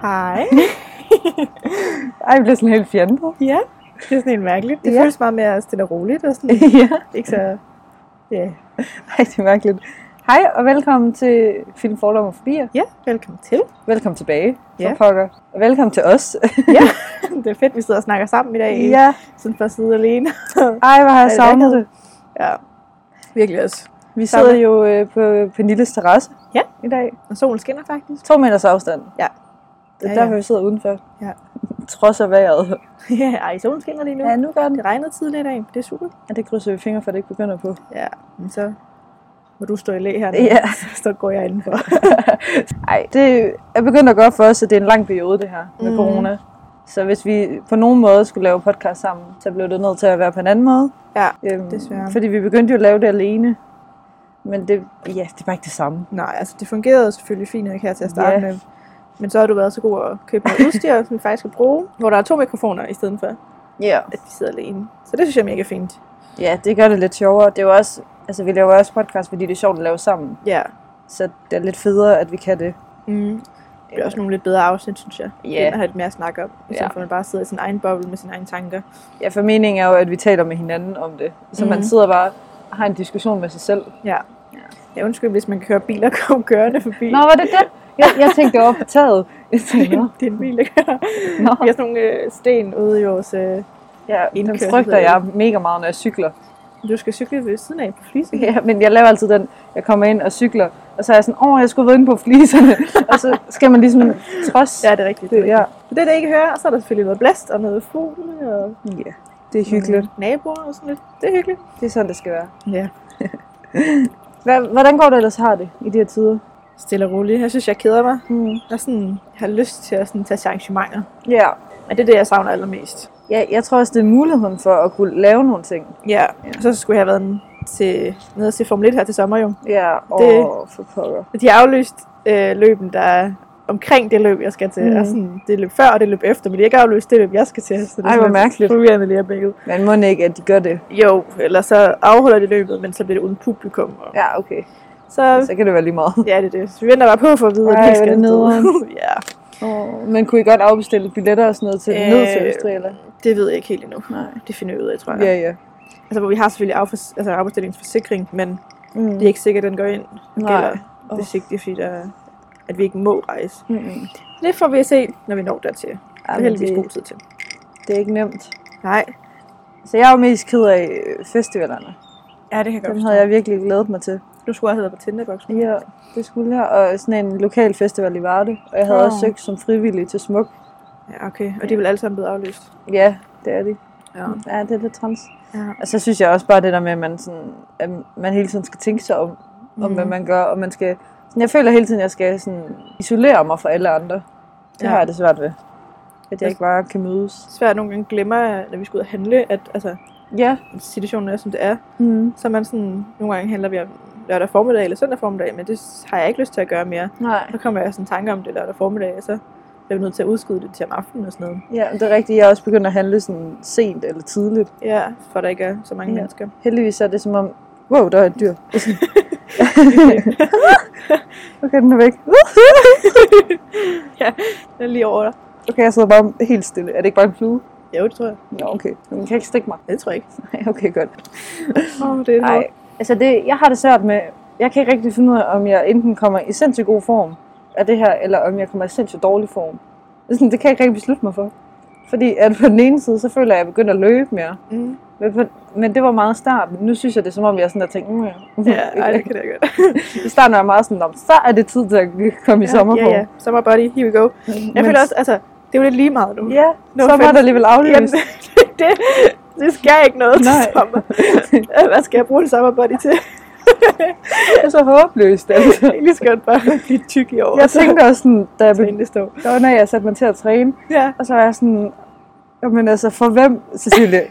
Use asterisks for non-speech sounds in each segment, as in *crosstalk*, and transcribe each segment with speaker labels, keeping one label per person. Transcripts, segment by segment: Speaker 1: Hej.
Speaker 2: Ej, jeg bliver sådan helt fjantet.
Speaker 1: *laughs*
Speaker 2: *laughs*
Speaker 1: ja, det er sådan helt mærkeligt. Det
Speaker 2: Ja.
Speaker 1: ja. føles meget mere stille og roligt *laughs* og sådan.
Speaker 2: ja,
Speaker 1: Ikke så... Ja.
Speaker 2: Ej, det er mærkeligt. Hej og velkommen til Film Fordom og Forbier.
Speaker 1: ja, velkommen til.
Speaker 2: Velkommen tilbage,
Speaker 1: Ja.
Speaker 2: for pokker. Og velkommen til os.
Speaker 1: *laughs* Ja, *laughs* det er fedt, vi sidder og snakker sammen i dag.
Speaker 2: *laughs* ja.
Speaker 1: Sådan for at sidde alene.
Speaker 2: Ej, hvor har jeg
Speaker 1: Er det
Speaker 2: savnet
Speaker 1: lækkert?
Speaker 2: det.
Speaker 1: ja, virkelig også.
Speaker 2: Vi
Speaker 1: Samme.
Speaker 2: sidder jo øh, på Pernilles terrasse
Speaker 1: Ja.
Speaker 2: i dag.
Speaker 1: Og solen skinner faktisk. *laughs*
Speaker 2: To meters afstand.
Speaker 1: Ja.
Speaker 2: Det
Speaker 1: Ja,
Speaker 2: er ja,
Speaker 1: ja.
Speaker 2: derfor, vi sidder udenfor.
Speaker 1: Ja.
Speaker 2: Trods af vejret.
Speaker 1: ja, ej, solen skinner lige nu.
Speaker 2: Ja, nu gør den.
Speaker 1: Det regnede tidligere i dag, det er super.
Speaker 2: Ja, det krydser vi fingre for, at det ikke begynder på.
Speaker 1: Ja, men så må du stå i læ her.
Speaker 2: Ja.
Speaker 1: *laughs* Så går jeg indenfor.
Speaker 2: Ej, det er begyndt at gøre for os, at det er en lang periode, det her med
Speaker 1: Mm.
Speaker 2: mm. corona. Så hvis vi på nogen måde skulle lave podcast sammen, så blev det nødt til at være på en anden måde.
Speaker 1: Ja,
Speaker 2: Øhm,
Speaker 1: desværre.
Speaker 2: Fordi vi begyndte jo at lave det alene. Men det, ja, det er bare ikke det samme.
Speaker 1: *laughs* Nej, altså det fungerede selvfølgelig fint nok her til at starte
Speaker 2: Ja.
Speaker 1: yeah. med. Men så har du været så god at købe *laughs* noget udstyr, som vi faktisk kan bruge, hvor der er to mikrofoner i stedet for,
Speaker 2: Ja.
Speaker 1: at vi sidder alene. Så det synes jeg er mega fint.
Speaker 2: Ja, det gør det lidt sjovere. Det er jo også, altså vi laver også podcast, fordi det er sjovt at lave sammen.
Speaker 1: Ja.
Speaker 2: Så det er lidt federe, at vi kan det.
Speaker 1: Mm. Det bliver også nogle lidt bedre afsnit, synes jeg.
Speaker 2: Ja.
Speaker 1: Yeah. At have lidt mere at snakke om, i stedet
Speaker 2: Ja.
Speaker 1: for at man bare sidder i sin egen boble med sine egne tanker.
Speaker 2: Ja, for meningen er jo, at vi taler med hinanden om det. Så mm.
Speaker 1: Mhm.
Speaker 2: man sidder bare og har en diskussion med sig selv.
Speaker 1: Ja. Jeg undskyld, hvis man kan køre biler og komme *laughs* kørende forbi.
Speaker 2: Nå, var det det? Jeg, jeg tænkte, det var på *laughs* taget. Jeg tænkte, nå.
Speaker 1: det er en bil, der kører.
Speaker 2: nå.
Speaker 1: Vi har sådan nogle øh, sten ude i vores... Øh,
Speaker 2: Ja, den
Speaker 1: Indkørsel.
Speaker 2: frygter jeg mega meget, når jeg cykler.
Speaker 1: du skal cykle ved siden af på flisen.
Speaker 2: *laughs* Ja, men jeg laver altid den, jeg kommer ind og cykler, og så er jeg sådan, åh, jeg skulle være inde på *laughs* fliserne. og så skal man ligesom trods.
Speaker 1: Ja, det er rigtigt. Det, er
Speaker 2: det, ja.
Speaker 1: rigtigt. Så det er det, I kan høre. Og så er der selvfølgelig noget blæst og noget fugle og
Speaker 2: ja, det er hyggeligt.
Speaker 1: nogle naboer og sådan lidt. Det er hyggeligt.
Speaker 2: Det er sådan, det skal være.
Speaker 1: Ja.
Speaker 2: *laughs* Hva- Hvordan går det ellers har det i de her tider?
Speaker 1: Stille og roligt. Jeg synes, jeg keder mig.
Speaker 2: Mm.
Speaker 1: Jeg sådan, har lyst til at sådan, tage arrangementer.
Speaker 2: Ja.
Speaker 1: Men det er det, jeg savner allermest.
Speaker 2: ja, jeg tror også, det er muligheden for at kunne lave nogle ting.
Speaker 1: Ja. Og så skulle jeg have været til, nede og se Formel 1 her til sommer jo.
Speaker 2: Ja, og
Speaker 1: Det-
Speaker 2: for pokker.
Speaker 1: De har aflyst øh, løben, der er omkring det løb, jeg skal til. Mm.
Speaker 2: Mhm.
Speaker 1: Og sådan, det løb før og det løb efter, men de har ikke aflyst det løb, jeg skal til. Så det
Speaker 2: Ej,
Speaker 1: sådan
Speaker 2: hvor
Speaker 1: lidt
Speaker 2: mærkeligt.
Speaker 1: Forvirrende lige begge.
Speaker 2: Man må ikke, at de gør det.
Speaker 1: Jo, eller så afholder de løbet, men så bliver det uden publikum. Og
Speaker 2: Ja, okay.
Speaker 1: så
Speaker 2: Så kan det være lige meget.
Speaker 1: Ja, det er det. Så vi venter bare på for at vide,
Speaker 2: Ej,
Speaker 1: at vi
Speaker 2: hvor er
Speaker 1: skal
Speaker 2: det
Speaker 1: ned. *laughs* ja,
Speaker 2: Oh, men kunne I godt afbestille billetter og sådan noget til
Speaker 1: Øh,
Speaker 2: øh, ned til Østrig, eller?
Speaker 1: det ved jeg ikke helt endnu.
Speaker 2: Nej.
Speaker 1: Det finder vi ud af, tror jeg.
Speaker 2: Ja, ja.
Speaker 1: Altså, hvor vi har selvfølgelig affors- altså, afbestillingsforsikring, men
Speaker 2: Mm.
Speaker 1: det er ikke sikkert, at den går ind og
Speaker 2: Nej.
Speaker 1: gælder,
Speaker 2: Åh.
Speaker 1: hvis ikke det er fordi, der, at vi ikke må rejse.
Speaker 2: Mm-mm.
Speaker 1: Det får vi at se, når vi når dertil. Det er
Speaker 2: Jamen,
Speaker 1: heldigvis god
Speaker 2: det,
Speaker 1: tid til.
Speaker 2: det er ikke nemt.
Speaker 1: Nej.
Speaker 2: Så jeg er jo mest ked af øh, festivalerne.
Speaker 1: Ja, det kan jeg
Speaker 2: Dem havde jeg virkelig glædet mig til.
Speaker 1: Du skulle også have været på Tinderbox.
Speaker 2: Ja, det skulle jeg. Og sådan en lokal festival i Varde. Og jeg havde
Speaker 1: Nå.
Speaker 2: også søgt som frivillig til Smuk.
Speaker 1: Ja, okay. Og de er vel alle sammen blevet aflyst.
Speaker 2: Ja, det er det.
Speaker 1: Ja.
Speaker 2: Ja, det er lidt trans.
Speaker 1: Ja.
Speaker 2: Og så synes jeg også bare det der med, at man, sådan, at man hele tiden skal tænke sig om, mm. om hvad man gør. Og man skal, sådan, jeg føler hele tiden, at jeg skal sådan, isolere mig fra alle andre. Det
Speaker 1: Ja.
Speaker 2: ja. har jeg det svært ved. At jeg ikke bare kan mødes.
Speaker 1: Svært nogle gange glemmer, når vi skal ud og handle, at altså,
Speaker 2: Ja.
Speaker 1: situationen er, som det er.
Speaker 2: Mm.
Speaker 1: Så er man sådan, nogle gange handler vi om lørdag formiddag eller søndag formiddag, men det har jeg ikke lyst til at gøre mere.
Speaker 2: Nej.
Speaker 1: Så kommer jeg sådan i tanke om det lørdag formiddag, og så bliver vi nødt til at udskyde det til om aftenen og sådan noget.
Speaker 2: Ja, men det er rigtigt. Jeg er også begyndt at handle sådan sent eller tidligt.
Speaker 1: Ja, for der ikke er så mange ja.
Speaker 2: Ja.
Speaker 1: mennesker.
Speaker 2: Heldigvis er det som om, wow, der er et dyr. *laughs* okay, den er væk.
Speaker 1: Den er lige over dig.
Speaker 2: Okay, jeg sidder bare helt stille. Er det ikke bare en flue?
Speaker 1: Jo, det tror jeg.
Speaker 2: Nå, okay. Den kan ikke stikke mig. *laughs*
Speaker 1: Det tror jeg ikke.
Speaker 2: Nej, okay, godt.
Speaker 1: Åh, oh, det er
Speaker 2: Nej, altså det, jeg har det svært med, jeg kan ikke rigtig finde ud af, om jeg enten kommer i sindssygt god form af det her, eller om jeg kommer i sindssygt dårlig form. Det, er sådan, det kan jeg ikke rigtig beslutte mig for. Fordi at på den ene side, så føler jeg, at jeg begynder at løbe mere.
Speaker 1: Mm.
Speaker 2: Men, på, men det var meget i starten. Nu synes jeg, det er som om, jeg er sådan der tænker, mm, ja.
Speaker 1: Ja, ej, det kan det godt.
Speaker 2: I starten var jeg meget sådan, "Nå, så er det tid til at komme i sommerform.
Speaker 1: Ja, ja. Summer body, here we go. Jeg
Speaker 2: Men-
Speaker 1: føler også, altså, det er jo lidt lige meget nu.
Speaker 2: Ja,
Speaker 1: No
Speaker 2: så var
Speaker 1: offense.
Speaker 2: der alligevel aflyst.
Speaker 1: Jamen, *laughs* det, det skal jeg ikke noget til
Speaker 2: Nej. *laughs*
Speaker 1: sommer. Hvad skal jeg bruge en summer body til?
Speaker 2: Det er så
Speaker 1: *laughs*
Speaker 2: håbløst. Altså.
Speaker 1: Jeg kan lige så godt bare blive tyk i år. *laughs*
Speaker 2: Jeg tænkte også sådan, da jeg,
Speaker 1: det
Speaker 2: be-
Speaker 1: er stå.
Speaker 2: der var, når jeg satte mig til at træne,
Speaker 1: Ja.
Speaker 2: og så var jeg sådan, men altså, for hvem,
Speaker 1: *laughs*
Speaker 2: Cecilie?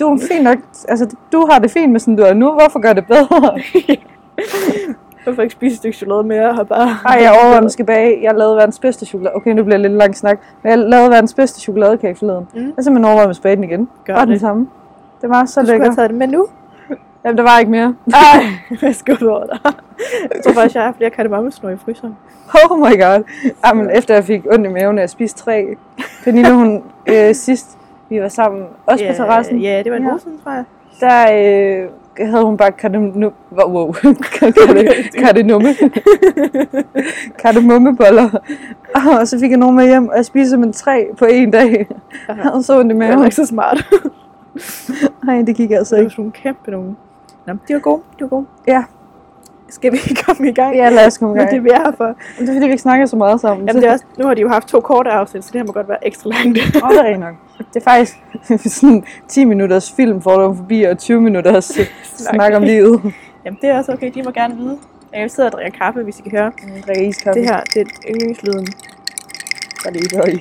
Speaker 2: Du er fint nok, altså, du har det fint med sådan, du er nu, hvorfor gør det bedre?
Speaker 1: Hvorfor ikke spise et stykke chokolade mere og bare...
Speaker 2: Ej, jeg er over den skal bage. Jeg lavede verdens bedste chokolade. Okay, nu bliver det lidt lang snak. Men jeg lavede verdens bedste chokoladekage forleden.
Speaker 1: Mm.
Speaker 2: Mm. Jeg har simpelthen overvejet med spaden igen.
Speaker 1: Gør
Speaker 2: Bare den
Speaker 1: det.
Speaker 2: samme. Det var så
Speaker 1: Du skulle
Speaker 2: lækkert. *laughs*
Speaker 1: have taget det med nu.
Speaker 2: Jamen, der var ikke mere. *laughs*
Speaker 1: Ej, jeg er skuffet over dig. Jeg tror faktisk, jeg har flere kardemommesnore i fryseren.
Speaker 2: Oh my god. Jamen, efter jeg fik ondt i maven, og jeg spiste tre. Pernille, hun øh, sidst, vi var sammen, også yeah, på terrassen,
Speaker 1: Ja, det var en
Speaker 2: Ja.
Speaker 1: uge siden, tror jeg.
Speaker 2: der øh, havde hun bare kardemomme...
Speaker 1: *laughs*
Speaker 2: Wow, kardemomme. kardemommeboller. Og så fik jeg nogle med hjem, og jeg spiste som en tre på en dag. Jeg havde *laughs* så ondt i
Speaker 1: Det var
Speaker 2: maven.
Speaker 1: ikke så smart.
Speaker 2: Nej, det gik
Speaker 1: Så
Speaker 2: altså
Speaker 1: det var sådan
Speaker 2: ikke.
Speaker 1: nogle kæmpe nogen. Nå, de var gode, de var gode.
Speaker 2: Ja.
Speaker 1: Skal vi *laughs* ikke komme i gang?
Speaker 2: *laughs* Ja, lad os komme i
Speaker 1: Men
Speaker 2: gang.
Speaker 1: det er vi er her for.
Speaker 2: Det er fordi, vi ikke snakker så meget sammen.
Speaker 1: Jamen, det er også, nu har de jo haft to korte afsnit, så det her må godt være ekstra langt.
Speaker 2: Åh, det er rigtigt nok. Det er faktisk *laughs* sådan 10 minutters film, hvor du forbi, og 20 minutters øh, *laughs* snak om livet.
Speaker 1: Jamen, det er også okay, de må gerne vide. Jeg sidder og drikker kaffe, hvis I kan høre.
Speaker 2: Jeg drikker iskaffe.
Speaker 1: Det her, det er yndlingslyden.
Speaker 2: Der er lige *laughs* høj.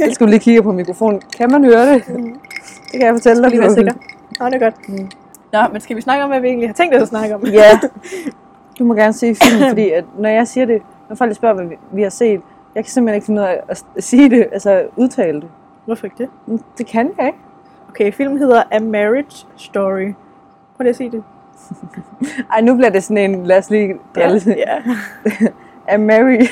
Speaker 2: Jeg skulle lige kigge på mikrofonen. Kan man høre det? Det kan jeg fortælle dig.
Speaker 1: Lige være
Speaker 2: Flemming.
Speaker 1: sikker. Nå, det er godt.
Speaker 2: Mm.
Speaker 1: Nå, men skal vi snakke om, hvad vi egentlig har tænkt os at snakke om?
Speaker 2: *laughs* *laughs* Ja. Du må gerne se *laughs* film, fordi at når jeg siger det, når folk spørger, hvad vi- vi har set, jeg kan simpelthen ikke finde ud af at s- at sige det, altså udtale det.
Speaker 1: Hvorfor ikke det?
Speaker 2: Men Det kan jeg ikke.
Speaker 1: Okay, filmen hedder A Marriage Story. Prøv lige at sige det.
Speaker 2: Ej, nu bliver det sådan en, lad os lige drille. Yeah.
Speaker 1: *laughs* ja.
Speaker 2: A marriage.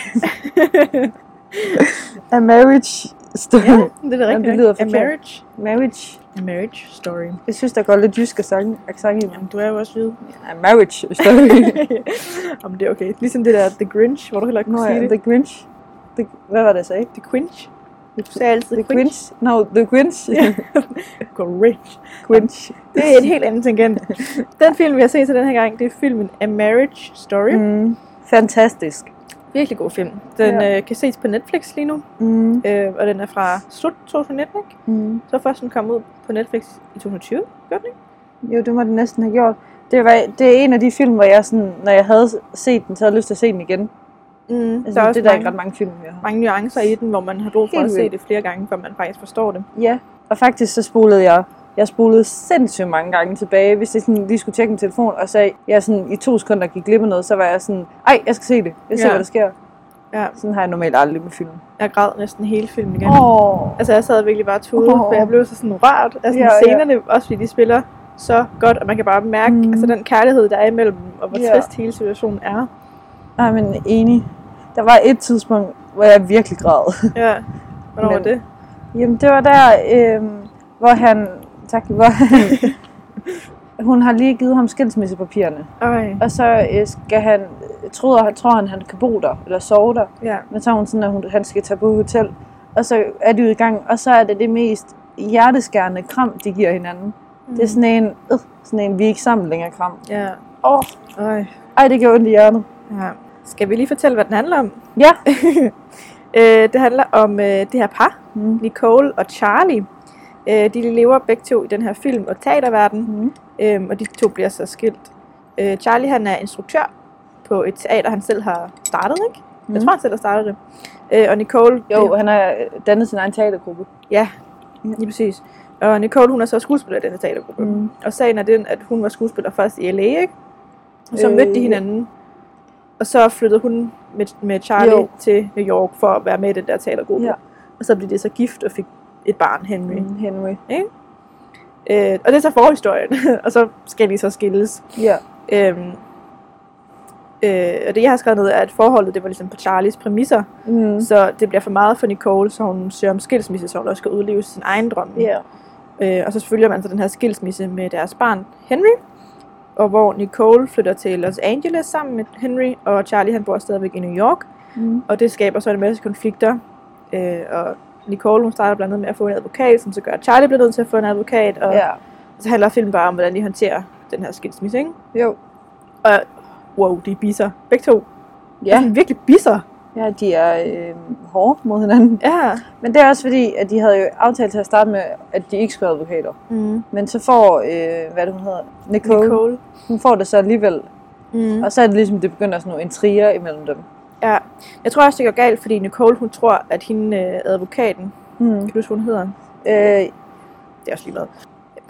Speaker 2: A marriage story.
Speaker 1: ja
Speaker 2: Yeah.
Speaker 1: det er da rigtigt.
Speaker 2: det lyder
Speaker 1: nok. A
Speaker 2: forkert.
Speaker 1: Marriage.
Speaker 2: Marriage.
Speaker 1: A Marriage Story.
Speaker 2: Jeg synes, der går lidt jysk accent accent i mig.
Speaker 1: Jamen, du er jo også *laughs* jyde.
Speaker 2: A marriage story.
Speaker 1: Jamen, det er okay. Ligesom det der The Grinch, hvor du heller ikke
Speaker 2: Nå
Speaker 1: kunne sige
Speaker 2: ja,
Speaker 1: det.
Speaker 2: The Grinch. The, hvad var det så, ikke?
Speaker 1: The Grinch. Du sagde altid
Speaker 2: The
Speaker 1: The
Speaker 2: Grinch? No, The Grinch.
Speaker 1: Ja. Grinch.
Speaker 2: *laughs* Grinch.
Speaker 1: Det er en helt anden tangent. Den film, vi har set til den her gang, det er filmen A Marriage Story. Mm.
Speaker 2: Mm. Fantastisk.
Speaker 1: Virkelig god film. Den
Speaker 2: Ja.
Speaker 1: ja. øh, kan ses på Netflix lige nu,
Speaker 2: Mm.
Speaker 1: øh, og den er fra slut 2019. Ikke?
Speaker 2: Mm.
Speaker 1: Så først den kom ud på Netflix i 2020. Gjorde den ikke?
Speaker 2: Jo, det må det næsten have gjort. Det, var, det er en af de film, hvor jeg sådan, når jeg havde set den, så havde jeg lyst til at se den igen.
Speaker 1: Mm, der
Speaker 2: Altså,
Speaker 1: er
Speaker 2: det
Speaker 1: også
Speaker 2: er der
Speaker 1: mange,
Speaker 2: ikke ret mange film, jeg har.
Speaker 1: mange nuancer i den, hvor man har brug for
Speaker 2: Helt
Speaker 1: at se
Speaker 2: vildt.
Speaker 1: det flere gange, før man faktisk forstår det.
Speaker 2: Ja, og faktisk så spolede jeg jeg spolede sindssygt mange gange tilbage, hvis jeg sådan lige skulle tjekke min telefon, og så jeg sådan, i to sekunder gik glip af noget, så var jeg sådan, ej, jeg skal se det, jeg ser,
Speaker 1: Ja.
Speaker 2: hvad der sker.
Speaker 1: Ja.
Speaker 2: Sådan har jeg normalt aldrig med film.
Speaker 1: Jeg græd næsten hele filmen igen.
Speaker 2: Åh,
Speaker 1: Altså, jeg sad virkelig bare og tudede,
Speaker 2: Åh.
Speaker 1: for jeg blev så sådan rørt af sådan
Speaker 2: Ja, ja.
Speaker 1: scenerne, også fordi de spiller så godt, og man kan bare mærke
Speaker 2: Mm.
Speaker 1: mm. altså, den kærlighed, der er imellem dem, og hvor
Speaker 2: Ja.
Speaker 1: trist hele situationen er.
Speaker 2: Nej, men enig. Der var et tidspunkt, hvor jeg virkelig græd. *laughs*
Speaker 1: Ja, hvornår
Speaker 2: Men-
Speaker 1: var det?
Speaker 2: Jamen, det var der, øh, hvor han... Tak, hvor
Speaker 1: *laughs*
Speaker 2: han... hun har lige givet ham skilsmissepapirerne.
Speaker 1: Ej,
Speaker 2: Og så øh, skal han... Tror, han, tror han, han kan bo der, eller sove der.
Speaker 1: ja.
Speaker 2: Men så er hun sådan, at hun, han skal tage på hotel. Og så er de ude i gang, og så er det det mest hjerteskærende kram, de giver hinanden. Mm. Det er sådan en, øh, sådan en, vi er ikke sammen længere kram.
Speaker 1: Mm. Ja,
Speaker 2: Åh, oh,
Speaker 1: Ej.
Speaker 2: ej, det gjorde ondt i hjertet.
Speaker 1: Ja. Skal vi lige fortælle, hvad den handler om? *laughs*
Speaker 2: Ja.
Speaker 1: Øh, det handler om øh, det her par,
Speaker 2: Mm.
Speaker 1: Nicole og Charlie. Øh, de lever begge to i den her film- og teaterverden,
Speaker 2: Mm.
Speaker 1: øh, og de to bliver så skilt. Øh, Charlie han er instruktør på et teater, han selv har startet, ikke? Mm. Jeg
Speaker 2: Mm.
Speaker 1: tror, han selv har startet det. Øh, og Nicole...
Speaker 2: Jo, han har øh, dannet sin egen teatergruppe.
Speaker 1: Ja, lige præcis. Og Nicole, hun er så skuespiller i den her teatergruppe. Mm. Og sagen er den, at hun var skuespiller først i L.A., ikke? Og så
Speaker 2: Øh,
Speaker 1: øh, mødte de
Speaker 2: ja.
Speaker 1: hinanden. Og så flyttede hun med, med Charlie
Speaker 2: Jo.
Speaker 1: jo. til New York for at være med i den der teatergruppe.
Speaker 2: Ja.
Speaker 1: Ja. Og så blev de så gift og fik et barn, Henry. Mm.
Speaker 2: Mm, Henry.
Speaker 1: Øh, og det er så forhistorien. *laughs* og så skal de så skilles.
Speaker 2: Ja.
Speaker 1: Øhm, øh, og det, jeg har skrevet ned, er, at forholdet det var ligesom på Charlies præmisser.
Speaker 2: Mm.
Speaker 1: Så det bliver for meget for Nicole, så hun søger om skilsmisse, så hun også skal udleve sin egen drøm.
Speaker 2: Ja.
Speaker 1: Øh, og så følger man så den her skilsmisse med deres barn Henry, og hvor Nicole flytter til Los Angeles sammen med Henry, og Charlie han bor stadigvæk i New York,
Speaker 2: Mm.
Speaker 1: og det skaber så en masse konflikter. Øh, og Nicole hun starter blandt andet med at få en advokat, som så gør, at Charlie bliver nødt til at få en advokat, og ja.
Speaker 2: ja.
Speaker 1: så handler filmen bare om, hvordan de håndterer den her skilsmisse, ikke?
Speaker 2: Jo.
Speaker 1: Og wow, de er bisser. Begge to. Ja.
Speaker 2: Ja.
Speaker 1: De er virkelig bisser.
Speaker 2: ja, de er øh, hårde mod hinanden.
Speaker 1: Ja.
Speaker 2: Men det er også fordi, at de havde jo aftalt til at starte med, at de ikke skulle have advokater.
Speaker 1: Mm.
Speaker 2: Men så får, øh, hvad er det, hun hedder, Nicole, Nicole,
Speaker 1: Nicole.
Speaker 2: hun får det så alligevel.
Speaker 1: Mm.
Speaker 2: Og så er det ligesom, det begynder sådan nogle intriger imellem dem.
Speaker 1: Ja. Jeg tror også, det går galt, fordi Nicole, hun tror, at hende øh, advokaten,
Speaker 2: Mm.
Speaker 1: kan du huske, hvad hun hedder?
Speaker 2: Øh,
Speaker 1: det er også lige meget.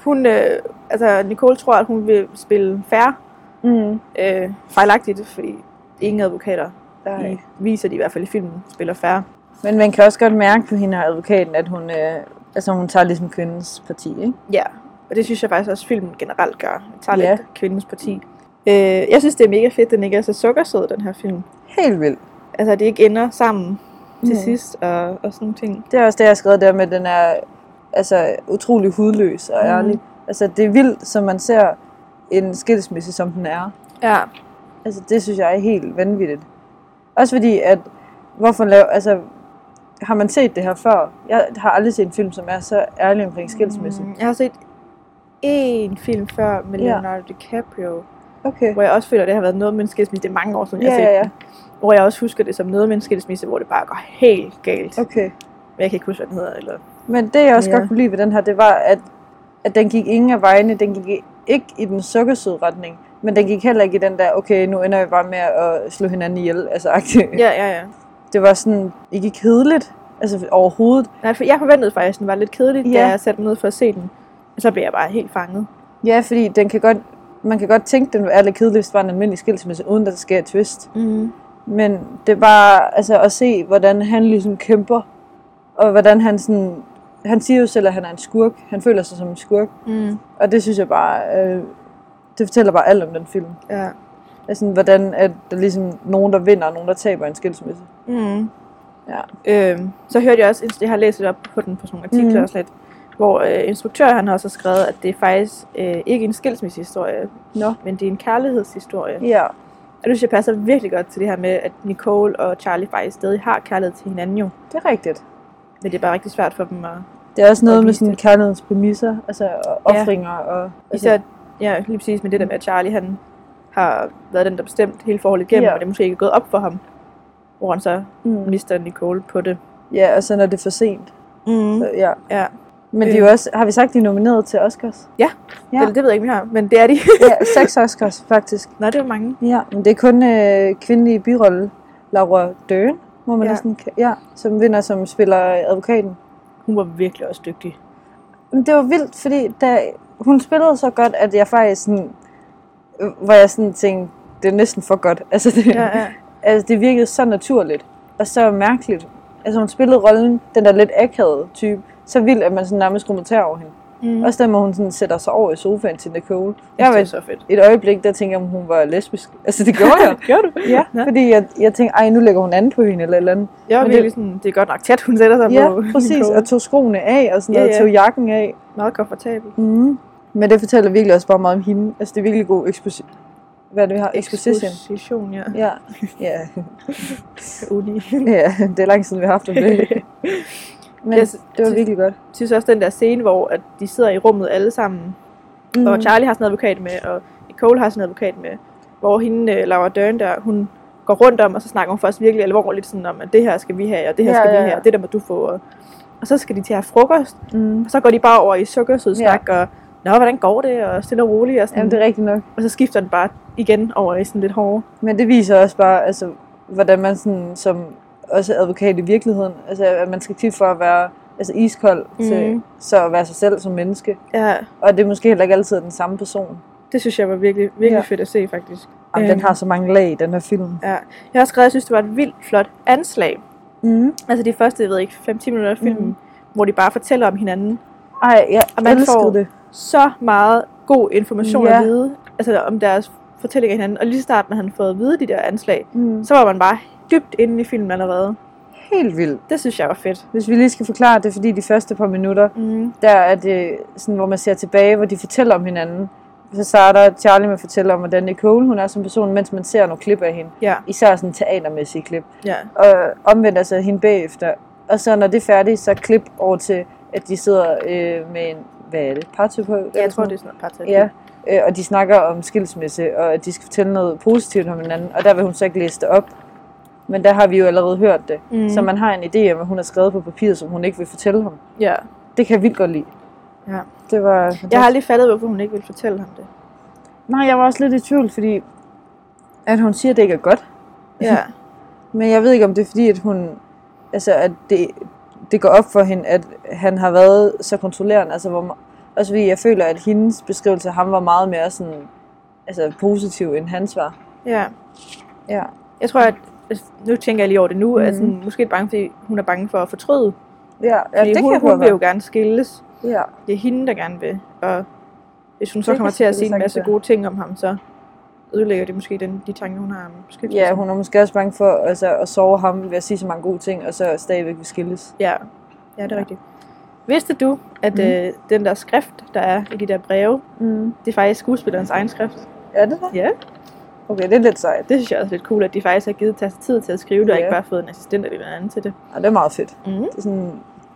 Speaker 1: Hun, øh, altså Nicole tror, at hun vil spille færre
Speaker 2: mm.
Speaker 1: øh, fejlagtigt, fordi ingen advokater,
Speaker 2: Nej.
Speaker 1: i, viser de i hvert fald i filmen, spiller færre.
Speaker 2: Men man kan også godt mærke på hende og advokaten, at hun, øh, altså, hun tager ligesom kvindens parti, ikke?
Speaker 1: Ja, Og det synes jeg faktisk også, filmen generelt gør. Jeg tager
Speaker 2: Ja.
Speaker 1: lidt kvindens parti. Øh, jeg synes, det er mega fedt, den ikke er så sukkersød, den her film.
Speaker 2: Helt vildt.
Speaker 1: Altså, at de ikke ender sammen til
Speaker 2: Mm.
Speaker 1: sidst og, og sådan nogle ting.
Speaker 2: Det er også det, jeg har skrevet der med, at den er altså, utrolig hudløs og
Speaker 1: Mhm.
Speaker 2: ærlig. Altså, det er vildt, som man ser en skilsmisse, som den er.
Speaker 1: Ja.
Speaker 2: Altså, det synes jeg er helt vanvittigt. Også fordi, at hvorfor lave, altså, har man set det her før? Jeg har aldrig set en film, som er så ærlig omkring skilsmisse.
Speaker 1: Mm, jeg har set én film før med
Speaker 2: Mhm. Ja.
Speaker 1: Leonardo DiCaprio,
Speaker 2: Hmm. Okay.
Speaker 1: hvor jeg også føler, at det har været noget med en skilsmisse. Det er mange år siden, jeg
Speaker 2: Ja,
Speaker 1: har set
Speaker 2: ja, ja.
Speaker 1: den. Hvor jeg også husker det som noget med en skilsmisse, hvor det bare går helt galt. Okay.
Speaker 2: Okay.
Speaker 1: Jeg kan ikke huske, hvad den hedder. Eller...
Speaker 2: Men det, jeg også
Speaker 1: Ja.
Speaker 2: godt kunne lide ved den her, det var, at, at den gik ingen af vejene. Den gik i- ikke i den sukkersøde retning, men den gik heller ikke i den der, okay, nu ender vi bare med at slå hinanden ihjel. Altså, aktivt.
Speaker 1: Ja, ja, ja.
Speaker 2: det var sådan ikke kedeligt, altså overhovedet.
Speaker 1: Nej, for jeg forventede faktisk, at den var lidt kedelig, ja.
Speaker 2: Ja.
Speaker 1: da jeg satte mig ned for at se den. Og så blev jeg bare helt fanget.
Speaker 2: Ja, fordi den kan godt, man kan godt tænke, den er lidt kedelig, hvis det var en almindelig skilsmisse, uden at der sker et twist.
Speaker 1: Mm.
Speaker 2: Men det var altså at se, hvordan han ligesom kæmper, og hvordan han sådan, han siger jo selv, at han er en skurk. Han føler sig som en skurk,
Speaker 1: Mm.
Speaker 2: og det synes jeg bare, øh, det fortæller bare alt om den film.
Speaker 1: Ja.
Speaker 2: Altså, hvordan at der ligesom nogen, der vinder, og nogen, der taber en skilsmisse.
Speaker 1: Mm.
Speaker 2: Ja.
Speaker 1: Øhm, så hørte jeg også, jeg har læst lidt op på den på sådan nogle artikler
Speaker 2: Mhm.
Speaker 1: mm. også lidt, hvor øh, instruktøren han har også skrevet, at det er faktisk øh, ikke en skilsmissehistorie,
Speaker 2: Nå.
Speaker 1: men det er en kærlighedshistorie.
Speaker 2: Ja.
Speaker 1: Og det synes jeg passer virkelig godt til det her med, at Nicole og Charlie faktisk stadig har kærlighed til hinanden jo.
Speaker 2: Det er rigtigt.
Speaker 1: Men det er bare rigtig svært for dem at...
Speaker 2: Det er også noget
Speaker 1: Og
Speaker 2: med
Speaker 1: vise
Speaker 2: sådan
Speaker 1: det.
Speaker 2: kærlighedens præmisser, altså og
Speaker 1: Ja.
Speaker 2: offringer og... Altså,
Speaker 1: Især, ja, lige præcis med det der med, at Charlie han har været den, der bestemt hele forholdet igennem,
Speaker 2: Ja.
Speaker 1: og det er måske ikke er gået op for ham, hvor han så
Speaker 2: mm.
Speaker 1: mister Nicole på det.
Speaker 2: Ja, og så når det er for sent.
Speaker 1: Mm.
Speaker 2: Så, ja. Øh.
Speaker 1: Ja.
Speaker 2: Men de er jo også, har vi sagt, de er nomineret til *laughs* Oscars? Ja.
Speaker 1: Ja. Eller det ved jeg ikke, om jeg har, men det er de.
Speaker 2: Ja, seks Oscars faktisk.
Speaker 1: *laughs* Nå, det var mange.
Speaker 2: Ja, men det er kun øh, kvindelige birolle, Laura Dern, må man
Speaker 1: Ja.
Speaker 2: ja. næsten ka- ja, som vinder, som spiller advokaten.
Speaker 1: Hun var virkelig også dygtig.
Speaker 2: Men det var vildt, fordi da hun spillede så godt, at jeg faktisk sådan, øh, hvor jeg sådan tænkte, det er næsten for godt. *laughs* Altså, det,
Speaker 1: Ja, *laughs* ja.
Speaker 2: altså, det virkede så naturligt, og så mærkeligt. Altså hun spillede rollen, den der lidt akavede type, så vildt, at man sådan nærmest kunne tage over hende.
Speaker 1: Mm.
Speaker 2: Også der, hvor hun sådan sætter sig over i sofaen til Nicole. Jeg
Speaker 1: Jeg
Speaker 2: var
Speaker 1: det er
Speaker 2: et,
Speaker 1: så fedt.
Speaker 2: et øjeblik, der tænkte jeg, om hun var lesbisk. *laughs* Altså, det gjorde jeg.
Speaker 1: *laughs* Gjorde du?
Speaker 2: ja,
Speaker 1: Nå.
Speaker 2: *laughs* fordi jeg, jeg tænkte, ej, nu lægger hun anden på hende eller et eller andet.
Speaker 1: Jeg var
Speaker 2: Men det-
Speaker 1: virkelig sådan, det er godt nok tæt, hun sætter sig
Speaker 2: Ja,
Speaker 1: på
Speaker 2: præcis.
Speaker 1: Nicole.
Speaker 2: Og tog skoene af og sådan
Speaker 1: Ja,
Speaker 2: noget,
Speaker 1: ja.
Speaker 2: tog jakken af.
Speaker 1: Meget komfortabel.
Speaker 2: Mm. Men det fortæller virkelig også bare meget om hende. Altså, det er virkelig god exposition. Hvad er det, vi har? Exposition.
Speaker 1: Exposition, ja.
Speaker 2: Ja. ja.
Speaker 1: Uni.
Speaker 2: ja, det er lang tid, vi har haft om det. Men
Speaker 1: Jeg sy-
Speaker 2: det var
Speaker 1: sy-
Speaker 2: virkelig godt.
Speaker 1: *laughs* Jeg synes også, den der scene, hvor at de sidder i rummet alle sammen, mm. og Charlie har sådan en advokat med, og Nicole har sådan en advokat med, hvor hende, øh, Laura Dern der, hun går rundt om, og så snakker hun først virkelig alvorligt sådan om, at det her skal vi have, og det her
Speaker 2: Ja,
Speaker 1: skal
Speaker 2: ja,
Speaker 1: vi have,
Speaker 2: ja.
Speaker 1: og det der må du få. Og, og så skal de til at have frokost,
Speaker 2: Mm.
Speaker 1: og så går de bare over i sukkersød snak, og Nå, hvordan går det? Og stille og roligt. Og, sådan.
Speaker 2: Jamen, det er rigtigt nok.
Speaker 1: og så skifter den bare igen over i sådan lidt hårdere.
Speaker 2: Men det viser også bare, altså, hvordan man sådan, som også advokat i virkeligheden, altså, at man skal tit for at være altså, iskold til
Speaker 1: Mhm.
Speaker 2: så at være sig selv som menneske.
Speaker 1: Ja,
Speaker 2: Og det er måske heller ikke altid den samme person.
Speaker 1: det synes jeg var virkelig, virkelig
Speaker 2: Ja.
Speaker 1: fedt at se, faktisk.
Speaker 2: Jamen,
Speaker 1: Øhm.
Speaker 2: den har så mange lag, den her film.
Speaker 1: Ja. Jeg har skrevet, at jeg synes, det var et vildt flot anslag.
Speaker 2: Mm.
Speaker 1: Altså de første, jeg ved ikke, 5-10 minutter af filmen,
Speaker 2: Mhm.
Speaker 1: mm. hvor de bare fortæller om hinanden.
Speaker 2: Ej, jeg
Speaker 1: Og man
Speaker 2: elskede
Speaker 1: får-
Speaker 2: det.
Speaker 1: Så meget god information
Speaker 2: Ja.
Speaker 1: at vide, altså om deres fortælling af hinanden. Og lige så snart man havde fået at vide de der anslag,
Speaker 2: Mm.
Speaker 1: så var man bare dybt inde i filmen allerede.
Speaker 2: Helt vildt.
Speaker 1: Det synes jeg var fedt.
Speaker 2: Hvis vi lige skal forklare det, er fordi de første par minutter,
Speaker 1: Mm.
Speaker 2: der er det sådan, hvor man ser tilbage, hvor de fortæller om hinanden. Så starter Charlie med at fortælle om, hvordan Nicole hun er som person, mens man ser nogle klip af hende.
Speaker 1: Ja,
Speaker 2: Især sådan teatermæssige klip.
Speaker 1: ja.
Speaker 2: og omvender sig hende bagefter. Og så når det er færdigt, så klip over til, at de sidder øh, med en, hvad er det, parterapeut?
Speaker 1: Jeg tror, det er sådan noget parterapi.
Speaker 2: Ja, øh, og de snakker om skilsmisse, og at de skal fortælle noget positivt om hinanden, og der vil hun så ikke læse det op. Men der har vi jo allerede hørt det,
Speaker 1: Mm.
Speaker 2: mm. så man har en idé om, at hun har skrevet på papiret, som hun ikke vil fortælle ham.
Speaker 1: ja.
Speaker 2: Det kan jeg vildt godt lide.
Speaker 1: Ja.
Speaker 2: Det var fantastisk.
Speaker 1: Jeg har aldrig fattet, hvorfor hun ikke ville fortælle ham det.
Speaker 2: Nej, jeg var også lidt i tvivl, fordi at hun siger, at det ikke er godt.
Speaker 1: Ja,
Speaker 2: Men jeg ved ikke, om det er fordi, at hun... Altså, at det, det går op for hende, at han har været så kontrollerende. Altså, hvor, me- også fordi jeg føler, at hendes beskrivelse af ham var meget mere sådan, altså, positiv, end hans var.
Speaker 1: ja.
Speaker 2: Ja.
Speaker 1: Jeg tror, at nu tænker jeg lige over det nu, mm. at
Speaker 2: Mhm.
Speaker 1: sådan, måske er det bange, fordi hun er bange for at fortryde.
Speaker 2: Ja, ja
Speaker 1: Fordi
Speaker 2: det
Speaker 1: hun,
Speaker 2: kan
Speaker 1: hun
Speaker 2: hun
Speaker 1: vil
Speaker 2: være.
Speaker 1: jo gerne skilles.
Speaker 2: Ja.
Speaker 1: det er hende, der gerne vil. Og Hvis hun
Speaker 2: Det
Speaker 1: så
Speaker 2: kan
Speaker 1: kommer til at sige en
Speaker 2: selvfølgelig
Speaker 1: masse
Speaker 2: sagtens være.
Speaker 1: gode ting om ham, så ødelægger det måske den, de tanker, hun har om beskyttelse.
Speaker 2: Ja, hun er måske også bange for altså, at sove ham ved at sige så mange gode ting, og så stadigvæk vil skilles.
Speaker 1: Ja, ja det er rigtigt. Vidste du, at
Speaker 2: Mhm.
Speaker 1: mm. øh, den der skrift, der er i de der breve,
Speaker 2: Mm.
Speaker 1: det er faktisk skuespillerens egen skrift?
Speaker 2: Er det det?
Speaker 1: Ja.
Speaker 2: Okay, det er lidt sejt.
Speaker 1: Det synes jeg også er lidt cool, at de faktisk har givet sig tid til at skrive det, og
Speaker 2: Ja.
Speaker 1: ikke bare fået en assistent eller noget andet til det.
Speaker 2: Ja, det er meget fedt.
Speaker 1: Mm.
Speaker 2: Det er, sådan,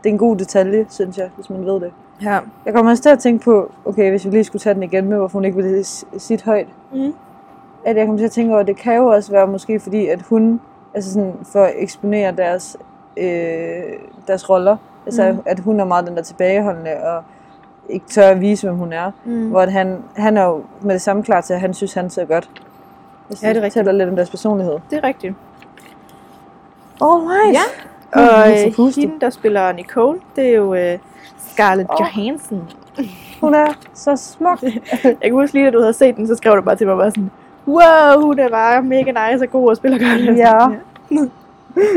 Speaker 2: det er en god detalje, synes jeg, hvis man ved det.
Speaker 1: Ja.
Speaker 2: Jeg kommer også til at tænke på, okay, hvis vi lige skulle tage den igen med, hvorfor hun ikke ville s- sit højt.
Speaker 1: Mm.
Speaker 2: At jeg kommer til at tænke over, at det kan jo også være måske fordi, at hun, altså sådan, for at eksponere deres, øh, deres roller, altså
Speaker 1: Mm.
Speaker 2: mm. at hun er meget den der tilbageholdende, og ikke tør at vise, hvem hun er.
Speaker 1: Mm.
Speaker 2: Hvor at han, han er jo med det samme klar til, at han synes, han ser godt. Hvis
Speaker 1: Ja, det er rigtigt.
Speaker 2: fortæller lidt om deres personlighed.
Speaker 1: Det er rigtigt.
Speaker 2: Alright.
Speaker 1: Ja.
Speaker 2: Hun
Speaker 1: Og
Speaker 2: er helt
Speaker 1: øh,
Speaker 2: forpustet.
Speaker 1: hende, der spiller Nicole, det er jo øh, Scarlett
Speaker 2: Åh.
Speaker 1: oh. Johansson.
Speaker 2: Hun er så smuk.
Speaker 1: *laughs* Jeg kan huske lige, da du havde set den, så skrev du bare til mig bare sådan, wow, hun er bare mega nice og god og spiller godt.
Speaker 2: Ja.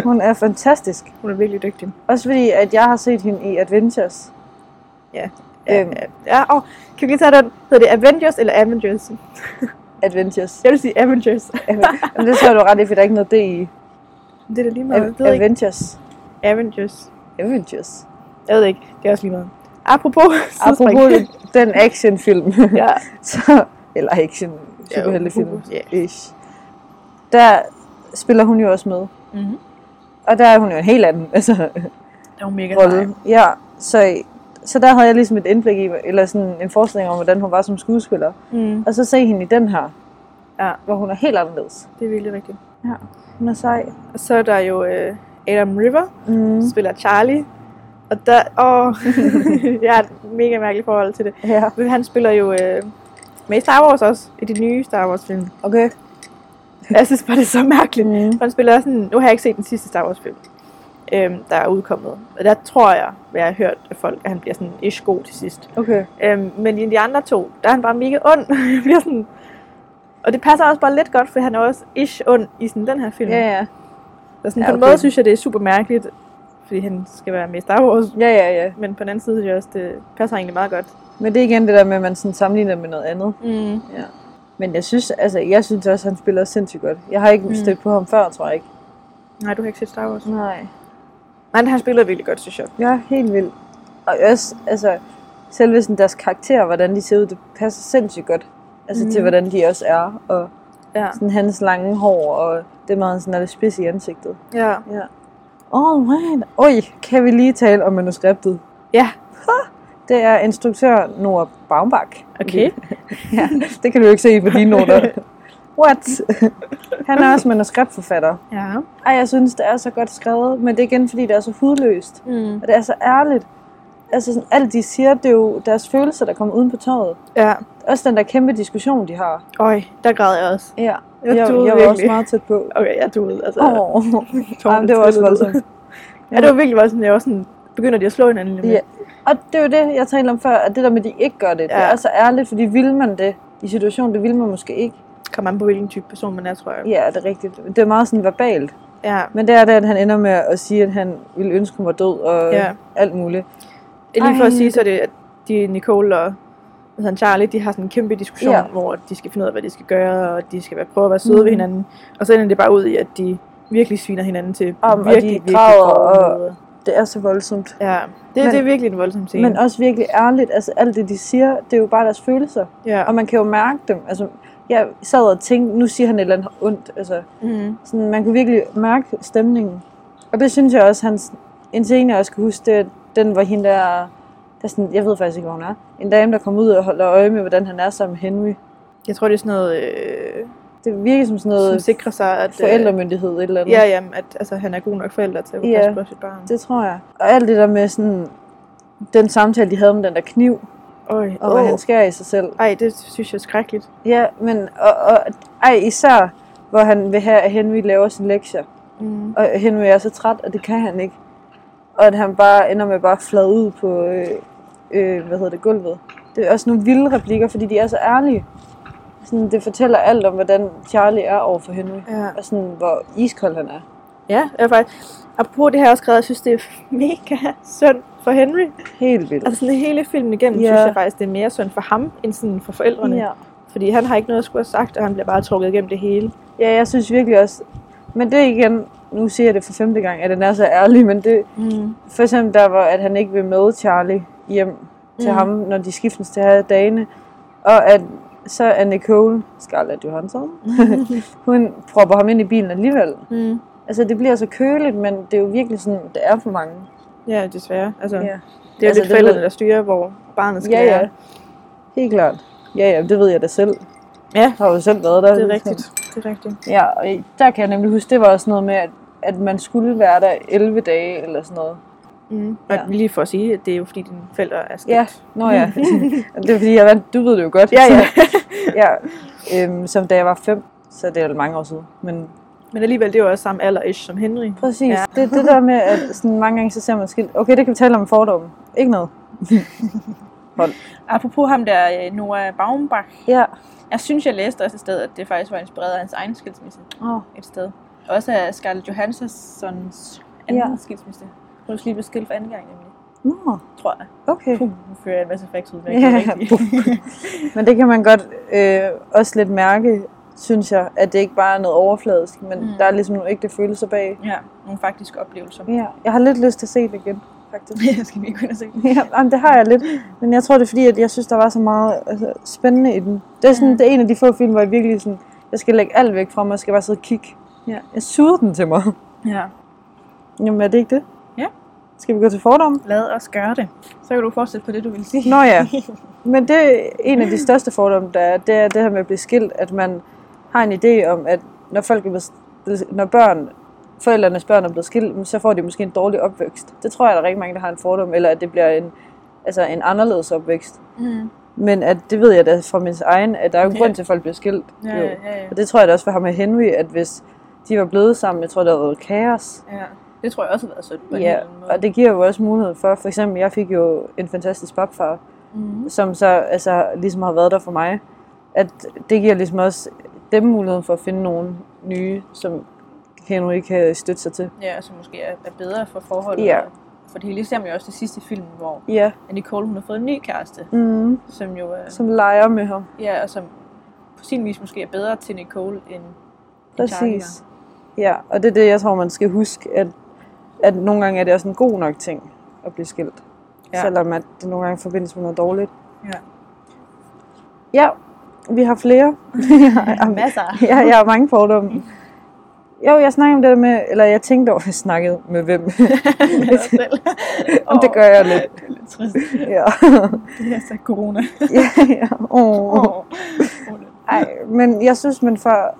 Speaker 2: Hun er fantastisk.
Speaker 1: *laughs* Hun er virkelig dygtig.
Speaker 2: Også fordi, at jeg har set hende i Adventures.
Speaker 1: Ja,
Speaker 2: Øhm.
Speaker 1: ja, ja og kan vi lige tage den? Hedder det Avengers eller Avengers? *laughs*
Speaker 2: Adventures.
Speaker 1: Jeg vil sige Avengers.
Speaker 2: Men det tror jeg, du har ret i, for der er ikke noget D i.
Speaker 1: Det er da lige meget. Jeg
Speaker 2: Ad-
Speaker 1: ved ikke.
Speaker 2: Adventures.
Speaker 1: Avengers.
Speaker 2: Adventures.
Speaker 1: Jeg ved ikke. Det er også lige meget. Apropos *laughs* sidespring.
Speaker 2: Apropos den actionfilm.
Speaker 1: *laughs* ja.
Speaker 2: *laughs* så, eller action superheltefilm.
Speaker 1: Ja.
Speaker 2: Ish. Der spiller hun jo også med.
Speaker 1: Mm-hmm.
Speaker 2: Og der er hun jo en helt anden altså,
Speaker 1: Det er jo mega
Speaker 2: rolle. Ja, så, så der havde jeg ligesom et indblik i, eller sådan en forestilling om, hvordan hun var som skuespiller.
Speaker 1: Mm,
Speaker 2: Og så se hende i den her,
Speaker 1: Ja.
Speaker 2: hvor hun er helt anderledes.
Speaker 1: det er virkelig rigtigt.
Speaker 2: Hun er sej.
Speaker 1: Og så er der jo øh, Adam River,
Speaker 2: Mm.
Speaker 1: mm. spiller Charlie. Og der, åh, *laughs* jeg har et mega mærkeligt forhold til det.
Speaker 2: Ja,
Speaker 1: Men han spiller jo øh, med i Star Wars også, i de nye Star Wars film.
Speaker 2: okay.
Speaker 1: *laughs* Jeg synes bare, det er så mærkeligt.
Speaker 2: Mm.
Speaker 1: For han spiller også en, nu har jeg ikke set den sidste Star Wars film, øhm, der er udkommet. Og der tror jeg, hvad jeg har hørt af folk, at han bliver sådan ish god til sidst.
Speaker 2: Okay.
Speaker 1: Øhm, men i de andre to, der er han bare mega ond. *laughs* Jeg bliver sådan... Og det passer også bare lidt godt, for han er også ish ond i sådan den her film.
Speaker 2: Ja, ja.
Speaker 1: Så sådan,
Speaker 2: Ja,
Speaker 1: på en
Speaker 2: okay.
Speaker 1: måde synes jeg, det er super mærkeligt, fordi han skal være med i Star Wars.
Speaker 2: Ja, ja, ja.
Speaker 1: Men på den anden side synes jeg også, det passer egentlig meget godt.
Speaker 2: Men det er igen det der med, at man sådan sammenligner med noget andet.
Speaker 1: Mm.
Speaker 2: Men jeg synes, altså, jeg synes også, at han spiller sindssygt godt. Jeg har ikke
Speaker 1: Mm.
Speaker 2: mm. stødt på ham før, tror jeg ikke.
Speaker 1: Nej, du har ikke set Star Wars.
Speaker 2: Nej.
Speaker 1: Nej, han spiller virkelig godt, synes jeg.
Speaker 2: Jeg er helt vild. Og også, altså, selve sådan deres karakterer, hvordan de ser ud, det passer sindssygt godt. Altså mm. til,
Speaker 1: Mm.
Speaker 2: hvordan de også er. Og
Speaker 1: Ja.
Speaker 2: sådan hans lange hår, og det med, at han sådan er lidt spids i ansigtet.
Speaker 1: ja.
Speaker 2: Alright. Oj, kan vi lige tale om manuskriptet?
Speaker 1: Ja.
Speaker 2: Ha! Det er instruktør Nora Baumbach.
Speaker 1: Okay.
Speaker 2: ja, *laughs* det kan du jo ikke se på dine noter. What? Han er også manuskriptforfatter.
Speaker 1: *laughs* Ja.
Speaker 2: Ej, jeg synes, det er så godt skrevet, men det er igen, fordi det er så hudløst.
Speaker 1: Mm.
Speaker 2: Og det er så ærligt. Altså, sådan, alt de siger, det er jo deres følelser, der kommer uden på tøjet.
Speaker 1: Ja.
Speaker 2: Også den der kæmpe diskussion, de har.
Speaker 1: Øj, der græd jeg også.
Speaker 2: Ja,
Speaker 1: Jeg
Speaker 2: jeg, jeg,
Speaker 1: troede
Speaker 2: var også
Speaker 1: virkelig.
Speaker 2: meget tæt på.
Speaker 1: Okay, jeg duede. Altså,
Speaker 2: Oh.
Speaker 1: tårerne
Speaker 2: Jamen, det var også
Speaker 1: trillede.
Speaker 2: voldsomt.
Speaker 1: ja, det var virkelig voldsomt. Jeg var sådan, begynder de at slå hinanden lidt
Speaker 2: Ja. Og det er jo det, jeg talte om før, at det der med, at de ikke gør det, ja. det
Speaker 1: Ja.
Speaker 2: er så ærligt, fordi vil man det i situationen, det vil man måske ikke.
Speaker 1: Kommer an på, hvilken type person man er, tror jeg.
Speaker 2: Ja, det er rigtigt. Det er meget sådan verbalt.
Speaker 1: Ja.
Speaker 2: Men det er det, at han ender med at sige, at han ville ønske, hun var død og
Speaker 1: Ja.
Speaker 2: ja. alt muligt.
Speaker 1: Det er lige for at
Speaker 2: Ej.
Speaker 1: sige, så er det, at de, Nicole og hvad hedder han, Charlie, de har sådan en kæmpe diskussion,
Speaker 2: Ja.
Speaker 1: ja. hvor de skal finde ud af, hvad de skal gøre, og de skal være, prøve at være søde mm.
Speaker 2: Mhm.
Speaker 1: ved hinanden. Og så ender det bare ud i, at de virkelig sviner hinanden til. på
Speaker 2: Om, og de
Speaker 1: virkelig, virkelig
Speaker 2: græder,
Speaker 1: grove
Speaker 2: og-
Speaker 1: måder.
Speaker 2: Det er så voldsomt.
Speaker 1: Ja, det,
Speaker 2: Men-
Speaker 1: men, det er virkelig en voldsom scene.
Speaker 2: Men også virkelig ærligt, altså alt det, de siger, det er jo bare deres følelser.
Speaker 1: ja.
Speaker 2: Og man kan jo mærke dem. Altså, jeg sad og tænkte, nu siger han et eller andet ondt. Altså,
Speaker 1: mm.
Speaker 2: sådan, man kan virkelig mærke stemningen. Og det synes jeg også, hans, en scene, jeg også kan huske, det er den, hvor hende der, der sådan, jeg ved faktisk ikke, hvor hun er, en dame, der kommer ud og holder øje med, hvordan han er sammen med Henry.
Speaker 1: Jeg tror, det er sådan noget, øh,
Speaker 2: Det virker som sådan
Speaker 1: som
Speaker 2: noget
Speaker 1: sikrer sig, at... øh,
Speaker 2: forældremyndighed et eller andet.
Speaker 1: Ja, jamen, at altså, han er god nok forælder til at kunne
Speaker 2: Ja.
Speaker 1: passe på sit barn.
Speaker 2: Det tror jeg. Og alt det der med sådan, den samtale, de havde om den der kniv,
Speaker 1: Øj,
Speaker 2: og oh. hvad han skærer i sig selv.
Speaker 1: Ej, det synes jeg er skrækkeligt.
Speaker 2: Ja, men og, og, ej, især, hvor han vil have, at Henry laver sin lektier.
Speaker 1: Mm.
Speaker 2: Og Henry er så træt, og det kan han ikke. Og at han bare ender med bare at flade ud på, øh, øh, hvad hedder det, gulvet. Det er også nogle vilde replikker, fordi de er så ærlige. Sådan, det fortæller alt om, hvordan Charlie er over for Henry.
Speaker 1: Ja.
Speaker 2: Og sådan, hvor iskold han er.
Speaker 1: Ja, jeg er faktisk... Apropos det her, jeg har også skrevet, jeg synes, det er *laughs* mega synd for Henry.
Speaker 2: Helt vildt.
Speaker 1: Altså sådan hele filmen igennem,
Speaker 2: Ja.
Speaker 1: yeah. synes jeg faktisk, det er mere synd for ham, end sådan for forældrene.
Speaker 2: Ja.
Speaker 1: Fordi han har ikke noget at skulle have sagt, og han bliver bare trukket igennem det hele.
Speaker 2: ja, jeg synes virkelig også... Men det er igen, nu siger jeg det for femte gang, at den er så ærlig, men det,
Speaker 1: Mm.
Speaker 2: for eksempel der, hvor at han ikke vil med Charlie hjem til
Speaker 1: Mm.
Speaker 2: ham, når de skiftes til her dagene. Og at så er Nicole, Scarlett Johansson, *laughs* hun propper ham ind i bilen alligevel.
Speaker 1: Mm.
Speaker 2: Altså, det bliver så køligt, men det er jo virkelig sådan, det er for mange.
Speaker 1: Ja, desværre. Altså, yeah. Det er
Speaker 2: Altså,
Speaker 1: altså,
Speaker 2: det
Speaker 1: lidt forældrene,
Speaker 2: ved-
Speaker 1: der styrer, hvor barnet skal
Speaker 2: Ja,
Speaker 1: være.
Speaker 2: ja. Helt klart. Ja, ja, det ved jeg da selv.
Speaker 1: Ja.
Speaker 2: Jeg har jo selv været der.
Speaker 1: Det er rigtigt. Det er rigtigt.
Speaker 2: Ja, og der kan jeg nemlig huske, det var også noget med, at, at man skulle være der 11 dage eller sådan noget.
Speaker 1: Mm.
Speaker 2: Ja.
Speaker 1: Ja. Og lige for at sige, at det er jo fordi, dine forældre er skilt.
Speaker 2: Ja, nå *laughs* ja. det er fordi, jeg vandt, du ved det jo godt.
Speaker 1: Ja, ja.
Speaker 2: *laughs* ja. Øhm, som da jeg var fem, så det er jo mange år siden. Men
Speaker 1: Men alligevel, det er jo også samme alder-ish som Henry.
Speaker 2: præcis, ja.
Speaker 1: Ja.
Speaker 2: det, det der med, at sådan mange gange så ser man skilt. Okay, det kan vi tale om fordomme. Ikke noget.
Speaker 1: Apropos ham der, øh, Noah Baumbach.
Speaker 2: Ja.
Speaker 1: Jeg synes, jeg læste også et sted, at det faktisk var inspireret af hans egen skilsmisse
Speaker 2: Oh.
Speaker 1: et sted. Også af Scarlett Johanssons anden
Speaker 2: Ja.
Speaker 1: ja. skilsmisse. Hun er lige blevet skilt for anden gang, nemlig.
Speaker 2: Nå,
Speaker 1: Tror jeg.
Speaker 2: okay.
Speaker 1: Puh, nu fører jeg en masse facts
Speaker 2: *laughs*
Speaker 1: ud, men
Speaker 2: Ja.
Speaker 1: jeg kan ikke
Speaker 2: Men det kan man godt øh, også lidt mærke, synes jeg, at det ikke bare er noget overfladisk, men mm.
Speaker 1: Mm.
Speaker 2: der er ligesom nogle ægte følelser bag.
Speaker 1: Ja, nogle faktiske oplevelser.
Speaker 2: Ja, jeg har lidt lyst til at se det igen, faktisk.
Speaker 1: *laughs* jeg skal vi ikke kunne se.
Speaker 2: Ja, jamen, det har jeg lidt. Men jeg tror, det er fordi, at jeg synes, der var så meget altså, spændende i den. Det er, sådan, mm.
Speaker 1: Mm.
Speaker 2: det er en af de få film, hvor jeg virkelig sådan, jeg skal lægge alt væk fra mig, jeg skal bare sidde og kigge.
Speaker 1: Ja.
Speaker 2: Jeg suger den til mig.
Speaker 1: Ja.
Speaker 2: Jamen, er det ikke det?
Speaker 1: Ja.
Speaker 2: Skal vi gå til fordomme?
Speaker 1: Lad os gøre det. Så kan du fortsætte på det, du vil sige.
Speaker 2: Nå ja. Men det er en af de største fordomme, der er, det er det her med at blive skilt, at man har en idé om, at når folk er blevet, blevet- når børn, forældrenes børn er blevet skilt, jamen, så får de måske en dårlig opvækst. Det tror jeg, der er rigtig mange, der har en fordom, eller at det bliver en, altså en anderledes opvækst.
Speaker 1: *laughs* Mm.
Speaker 2: Men at, det ved jeg da fra min egen, at der er jo en
Speaker 1: Ja.
Speaker 2: grund til, at folk bliver skilt.
Speaker 1: Ja,
Speaker 2: jo.
Speaker 1: ja, ja,
Speaker 2: Og det tror jeg da også for ham med Henry, at hvis de var blevet sammen, jeg tror, der havde været kaos.
Speaker 1: ja. Det tror jeg også har været sødt på en
Speaker 2: Ja,
Speaker 1: eller anden måde.
Speaker 2: og det giver jo også mulighed for, for eksempel, jeg fik jo en fantastisk papfar,
Speaker 1: Mm.
Speaker 2: som så altså, ligesom har været der for mig, at det giver ligesom også dem muligheden for at finde nogle nye, som Henry kan støtte sig til.
Speaker 1: Ja, som måske er, er bedre for forholdet.
Speaker 2: Ja.
Speaker 1: For det hele ser man jo også det sidste film, hvor
Speaker 2: Ja,
Speaker 1: Nicole hun har fået en ny kæreste,
Speaker 2: mm,
Speaker 1: som jo er,
Speaker 2: som leger med ham.
Speaker 1: ja, og som på sin vis måske er bedre til Nicole end end Charlie
Speaker 2: Præcis. Ja, og det er det, jeg tror, man skal huske, at, at nogle gange er det også en god nok ting at blive skilt. Ja.
Speaker 1: Ja.
Speaker 2: Selvom at det nogle gange forbindes med noget dårligt.
Speaker 1: Ja.
Speaker 2: Ja, vi har
Speaker 1: *laughs*
Speaker 2: flere.
Speaker 1: var. Ja, masser.
Speaker 2: *laughs* ja, jeg har mange fordomme. Jo, jeg snakkede om det der med, eller jeg tænkte over, at jeg snakkede
Speaker 1: *laughs*
Speaker 2: med hvem.
Speaker 1: Med os selv.
Speaker 2: Om det gør jeg lidt.
Speaker 1: Det er lidt trist.
Speaker 2: Ja,
Speaker 1: Det er så corona.
Speaker 2: ja, ja. Oh.
Speaker 1: Åh.
Speaker 2: Ej, men jeg synes, man får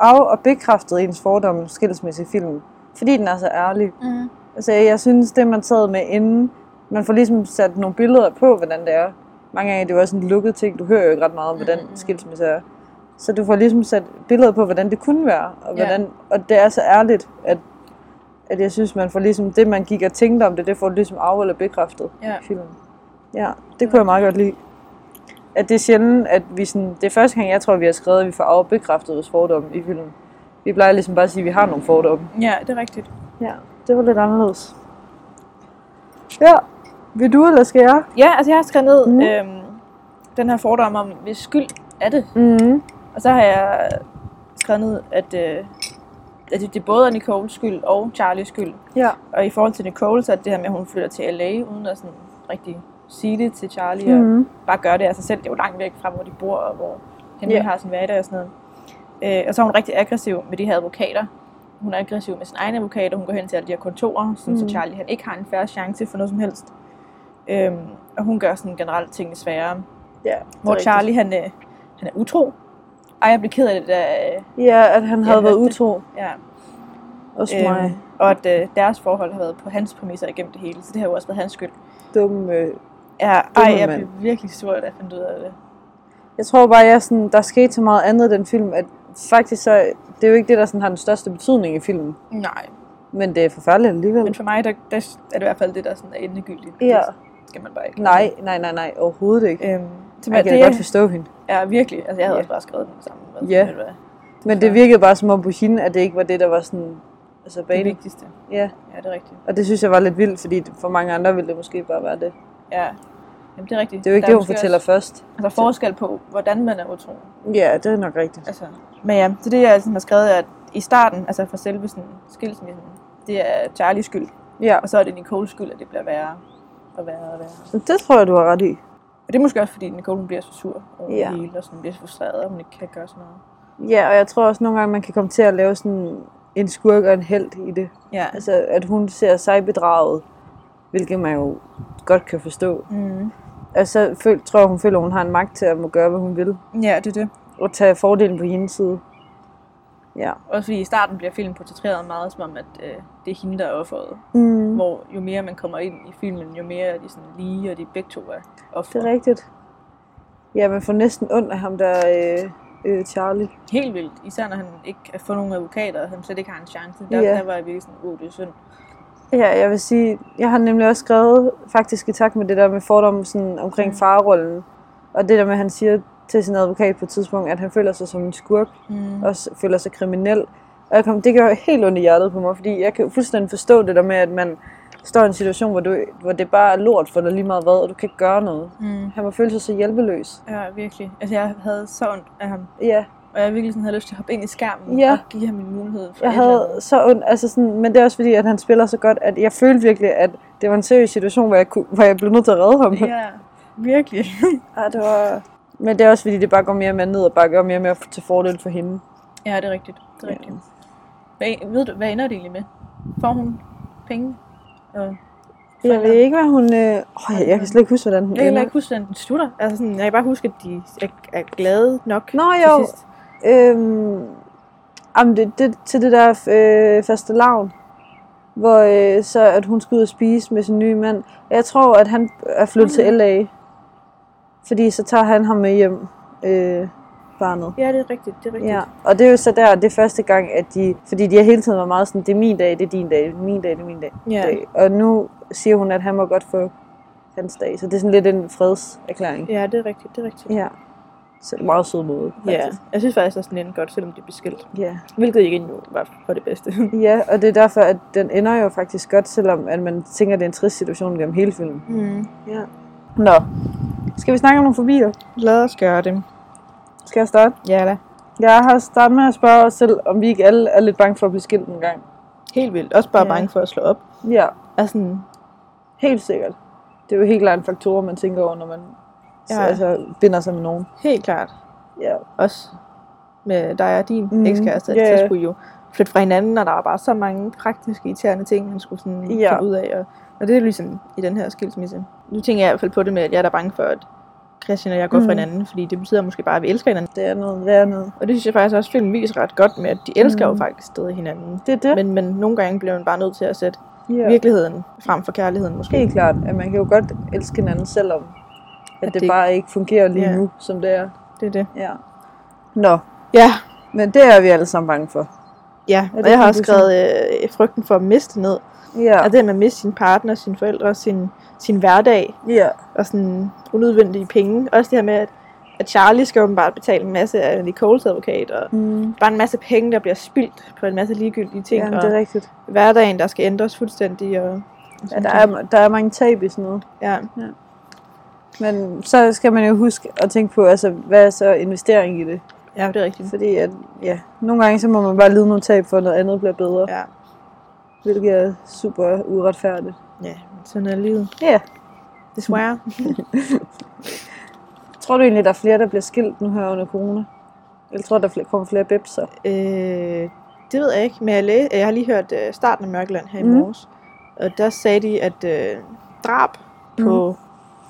Speaker 2: af- og bekræftet ens fordomme skilsmisse i filmen. Fordi den er så ærlig.
Speaker 1: Mm.
Speaker 2: Altså, jeg synes, det man sad med inden, man får ligesom sat nogle billeder på, hvordan det er. Mange gange er det jo også en lukket ting. Du hører jo ikke ret meget om, hvordan
Speaker 1: Mm, mm.
Speaker 2: skilsmisse er. Så du får ligesom sat billeder på, hvordan det kunne være. Og,
Speaker 1: Ja.
Speaker 2: hvordan, og det er så ærligt, at, at jeg synes, man får ligesom det, man gik og tænkte om det, det får du ligesom af- eller bekræftet
Speaker 1: Ja.
Speaker 2: i filmen. Ja, det kunne jeg meget godt lide. At det er sjældent, at vi sådan, det er første gang, jeg tror, vi har skrevet, at vi får af- og bekræftet vores fordomme i filmen. Vi plejer ligesom bare at sige, at vi har nogle fordomme.
Speaker 1: Ja, det er rigtigt.
Speaker 2: Ja, det var lidt anderledes. Ja, vil du eller skal jeg?
Speaker 1: Ja, altså jeg har skrevet ned
Speaker 2: Mm.
Speaker 1: mm. øhm, den her fordom om, hvis skyld er det.
Speaker 2: Mm.
Speaker 1: Og så har jeg skrevet ned, at, øh, at det, det både er Nicoles skyld og Charlies skyld.
Speaker 2: Ja.
Speaker 1: Og i forhold til Nicole, så er det det her med, at hun flytter til LA, uden at sådan rigtig sige det til Charlie, mm. og
Speaker 2: Mm.
Speaker 1: bare gøre det af sig selv. Det er jo langt væk fra, hvor de bor, og hvor Henry
Speaker 2: Ja.
Speaker 1: yeah. har sin hverdag og sådan noget. Øh, og så er hun rigtig aggressiv med de her advokater. Hun er aggressiv med sin egen advokat, og hun går hen til alle de her kontorer, sådan,
Speaker 2: Mm.
Speaker 1: så Charlie han ikke har en færre chance for noget som helst. Øhm, og hun gør sådan generelt tingene sværere.
Speaker 2: ja
Speaker 1: Hvor Charlie, han, øh, han er utro. Ej, jeg blev ked af det der... Øh,
Speaker 2: Ja, at han havde
Speaker 1: Jeg
Speaker 2: været
Speaker 1: hørte det.
Speaker 2: utro
Speaker 1: ja.
Speaker 2: hos øhm.
Speaker 1: Øhm,
Speaker 2: mig.
Speaker 1: og at øh, deres forhold har været på hans præmisser igennem det hele, så det har jo også været hans skyld.
Speaker 2: Dumme. øh.
Speaker 1: Ja,
Speaker 2: må
Speaker 1: ej, jeg
Speaker 2: man.
Speaker 1: blev virkelig sur, da jeg fandt ud af det.
Speaker 2: Jeg tror bare, jeg sådan, der skete så meget andet i den film, at faktisk så, det er jo ikke det, der sådan har den største betydning i filmen.
Speaker 1: Nej.
Speaker 2: Men det er forfærdeligt alligevel.
Speaker 1: Men for mig, der, der er det i hvert fald det, der sådan er endegyldigt.
Speaker 2: Ja.
Speaker 1: Det skal man bare ikke.
Speaker 2: Nej, nej, nej, nej, overhovedet ikke.
Speaker 1: Øhm, så
Speaker 2: Jeg
Speaker 1: man,
Speaker 2: kan da godt
Speaker 1: det
Speaker 2: forstå hende.
Speaker 1: er virkelig, altså jeg havde
Speaker 2: Ja.
Speaker 1: også bare skrevet den sammen.
Speaker 2: Ja. Men det
Speaker 1: Ja.
Speaker 2: virkede bare som om på hende, at det ikke var det, der var sådan altså
Speaker 1: Det
Speaker 2: bane.
Speaker 1: vigtigste.
Speaker 2: Ja,
Speaker 1: Ja, det er rigtigt.
Speaker 2: og det synes jeg var lidt vildt, fordi for mange andre ville det måske bare være det.
Speaker 1: Ja. Jamen, det er rigtigt.
Speaker 2: Det er jo ikke
Speaker 1: Der
Speaker 2: det, hun
Speaker 1: måske
Speaker 2: fortæller
Speaker 1: Også,
Speaker 2: først.
Speaker 1: altså forskel på, hvordan man er utro.
Speaker 2: Ja, det er nok rigtigt.
Speaker 1: Altså, men ja, så det jeg sådan, har skrevet, er, at i starten, altså for selve sådan, skilsmissen, det er Charlies skyld.
Speaker 2: Ja,
Speaker 1: Og så er det Nicoles skyld, at det bliver værre og værre og værre.
Speaker 2: det tror jeg, du har ret i.
Speaker 1: Og det er måske også, fordi Nicole hun bliver så sur over
Speaker 2: Ja.
Speaker 1: ja. det hele, og sådan bliver så frustreret, og hun ikke kan gøre sådan noget.
Speaker 2: Ja, og jeg tror også nogle gange, man kan komme til at lave sådan en skurk og en held i det.
Speaker 1: Ja.
Speaker 2: Altså, at hun ser sig bedraget, hvilket man jo godt kan forstå.
Speaker 1: Mm.
Speaker 2: Og så føl, tror jeg, hun føler, at hun har en magt til at må gøre, hvad hun vil.
Speaker 1: Ja, det er det.
Speaker 2: Og tage fordelen på hendes side. Ja.
Speaker 1: Også fordi i starten bliver filmen portrætteret meget som om, at øh, det er hende, der er offeret. Mm.
Speaker 2: Mm,
Speaker 1: Hvor jo mere man kommer ind i filmen, jo mere er de sådan lige, og de begge to er
Speaker 2: det
Speaker 1: offeret.
Speaker 2: er rigtigt. Ja, man får næsten ondt af ham der, øh, øh, Charlie.
Speaker 1: Helt vildt. Især når han ikke har fået nogen advokater, og han slet ikke har en chance. Der,
Speaker 2: Ja.
Speaker 1: der var jeg virkelig sådan, åh, det er synd.
Speaker 2: Ja, jeg vil sige, jeg har nemlig også skrevet faktisk i takt med det der med fordomme sådan, omkring
Speaker 1: Mm.
Speaker 2: farrollen. Og det der med, at han siger til sin advokat på et tidspunkt, at han føler sig som en skurk.
Speaker 1: Mm.
Speaker 2: og s- føler sig kriminel. Og jeg kom, det gør helt ondt i hjertet på mig, fordi jeg kan jo fuldstændig forstå det der med, at man står i en situation, hvor, du, hvor det bare er lort for dig lige meget hvad, og du kan ikke gøre noget.
Speaker 1: Mm.
Speaker 2: Han må føle sig så hjælpeløs.
Speaker 1: Ja, virkelig. Altså, jeg havde så ondt af ham.
Speaker 2: Ja,
Speaker 1: Og jeg virkelig sådan havde lyst til at hoppe ind i skærmen
Speaker 2: Ja.
Speaker 1: og give ham en mulighed for
Speaker 2: jeg
Speaker 1: et eller
Speaker 2: havde
Speaker 1: andet.
Speaker 2: så ondt, altså sådan, men det er også fordi, at han spiller så godt, at jeg følte virkelig, at det var en seriøs situation, hvor jeg, kunne, hvor jeg blev nødt til at redde ham.
Speaker 1: Ja, virkelig.
Speaker 2: Ja, det var... Men det er også fordi, det bare går mere og mere ned, og bare gør mere og mere til fordel for hende.
Speaker 1: ja, det er rigtigt. Det er
Speaker 2: Ja.
Speaker 1: rigtigt. Hvad, ved du, hvad ender det egentlig med? Får hun penge? Og
Speaker 2: Jeg ved ikke, hvad hun... Øh... Oh, jeg kan slet ikke huske, hvordan hun
Speaker 1: jeg kan heller
Speaker 2: ender.
Speaker 1: ikke huske, hvordan den slutter. Altså sådan, jeg kan bare huske, at de er, er glade nok
Speaker 2: Nå,
Speaker 1: til
Speaker 2: jo.
Speaker 1: sidst.
Speaker 2: Øhm, jamen det, det, til det der øh, faste lavn, hvor øh, så at hun skal ud og spise med sin nye mand. Jeg tror, at han er flyttet mm. til
Speaker 1: Mhm.
Speaker 2: LA, fordi så tager han ham med hjem, øh, barnet.
Speaker 1: Ja, det er rigtigt. Det er rigtigt.
Speaker 2: Ja, og det er jo så der, det er første gang, at de, fordi de har hele tiden været meget sådan, det er min dag, det er din dag, det er min dag, det er min dag.
Speaker 1: ja.
Speaker 2: dag. Og nu siger hun, at han må godt få hans dag, så det er sådan lidt en fredserklæring.
Speaker 1: ja det er rigtigt. Det er rigtigt.
Speaker 2: Ja, så en meget sød måde.
Speaker 1: Ja,
Speaker 2: faktisk.
Speaker 1: jeg synes faktisk også, den endte godt, selvom de blev skilt.
Speaker 2: Ja.
Speaker 1: Hvilket igen jo var for det bedste. *laughs*
Speaker 2: Ja, og det er derfor, at den ender jo faktisk godt, selvom at man tænker, at det er en trist situation gennem hele filmen.
Speaker 1: Mm.
Speaker 2: Ja. Nå, skal vi snakke om nogle fobier?
Speaker 1: Lad os gøre det.
Speaker 2: Skal jeg starte?
Speaker 1: Ja da.
Speaker 2: Jeg har startet med at spørge os selv, om vi ikke alle er lidt bange for at blive skilt en gang.
Speaker 1: Helt vildt. Også bare
Speaker 2: Ja.
Speaker 1: ja. bange for at slå op.
Speaker 2: Ja,
Speaker 1: Altså sådan,
Speaker 2: helt sikkert. Det er jo helt klart en faktor, man tænker over, når man ja.
Speaker 1: Ja.
Speaker 2: altså, binder sig med nogen.
Speaker 1: helt klart.
Speaker 2: Ja.
Speaker 1: Også med dig og din
Speaker 2: Mhm.
Speaker 1: mm. ekskæreste.
Speaker 2: Ja,
Speaker 1: Yeah.
Speaker 2: ja.
Speaker 1: Så skulle I jo flytte fra hinanden, og der var bare så mange praktiske, irriterende ting, man skulle sådan
Speaker 2: Ja.
Speaker 1: ja. finde ud af. Og, og det er ligesom i den her skilsmisse. Nu tænker jeg i hvert fald på det med, at jeg er da bange for, at Christian og jeg går mm.
Speaker 2: Mhm.
Speaker 1: fra hinanden, fordi det betyder måske bare, at vi elsker hinanden.
Speaker 2: Det er noget værd noget.
Speaker 1: Og det synes jeg faktisk også, filmen viser ret godt med, at de elsker mm.
Speaker 2: Mhm.
Speaker 1: jo faktisk stadig hinanden.
Speaker 2: Det er det.
Speaker 1: Men, men nogle gange bliver man bare nødt til at sætte
Speaker 2: ja.
Speaker 1: virkeligheden frem for kærligheden måske.
Speaker 2: Helt klart, at man kan jo godt elske hinanden, selvom at
Speaker 1: At
Speaker 2: det
Speaker 1: det-
Speaker 2: bare ikke fungerer lige
Speaker 1: Ja.
Speaker 2: nu, som det er.
Speaker 1: Det er det.
Speaker 2: Ja. Nå,
Speaker 1: Ja,
Speaker 2: men det er vi alle sammen bange for.
Speaker 1: ja.
Speaker 2: det
Speaker 1: og jeg har også
Speaker 2: sådan, du
Speaker 1: skrevet øh, frygten for at miste ned.
Speaker 2: Ja.
Speaker 1: Ja. Og det med at miste sin partner, sine forældre, sin, sin hverdag
Speaker 2: Ja,
Speaker 1: og sådan unødvendige penge. Også det her med, at, at Charlie skal åbenbart betale en masse af Nicoles advokat, og
Speaker 2: mm.
Speaker 1: bare en masse penge, der bliver spildt på en masse ligegyldige ting,
Speaker 2: ja
Speaker 1: ja,
Speaker 2: men det er
Speaker 1: og
Speaker 2: rigtigt.
Speaker 1: hverdagen, der skal ændres fuldstændig. Og, og
Speaker 2: Ja,
Speaker 1: sådan
Speaker 2: der,
Speaker 1: ting.
Speaker 2: er, der er mange tab i sådan noget.
Speaker 1: ja.
Speaker 2: Men så skal man jo huske at tænke på, altså, hvad er så investering i det?
Speaker 1: ja, det er rigtigt.
Speaker 2: Fordi at, ja, nogle gange så må man bare lide nogle tab, for at noget andet bliver bedre, ja.
Speaker 1: Ja,
Speaker 2: hvilket er super uretfærdigt.
Speaker 1: ja men sådan er livet.
Speaker 2: Ja.
Speaker 1: Desværre.
Speaker 2: Tror du egentlig, der er flere, der bliver skilt nu her under corona? Eller tror du, der fl- kommer flere bebser?
Speaker 1: Øh, det ved jeg ikke, men jeg, læ- jeg har lige hørt øh, starten af Mørkeland her i
Speaker 2: Mhm.
Speaker 1: morges, og der sagde de, at øh, drab på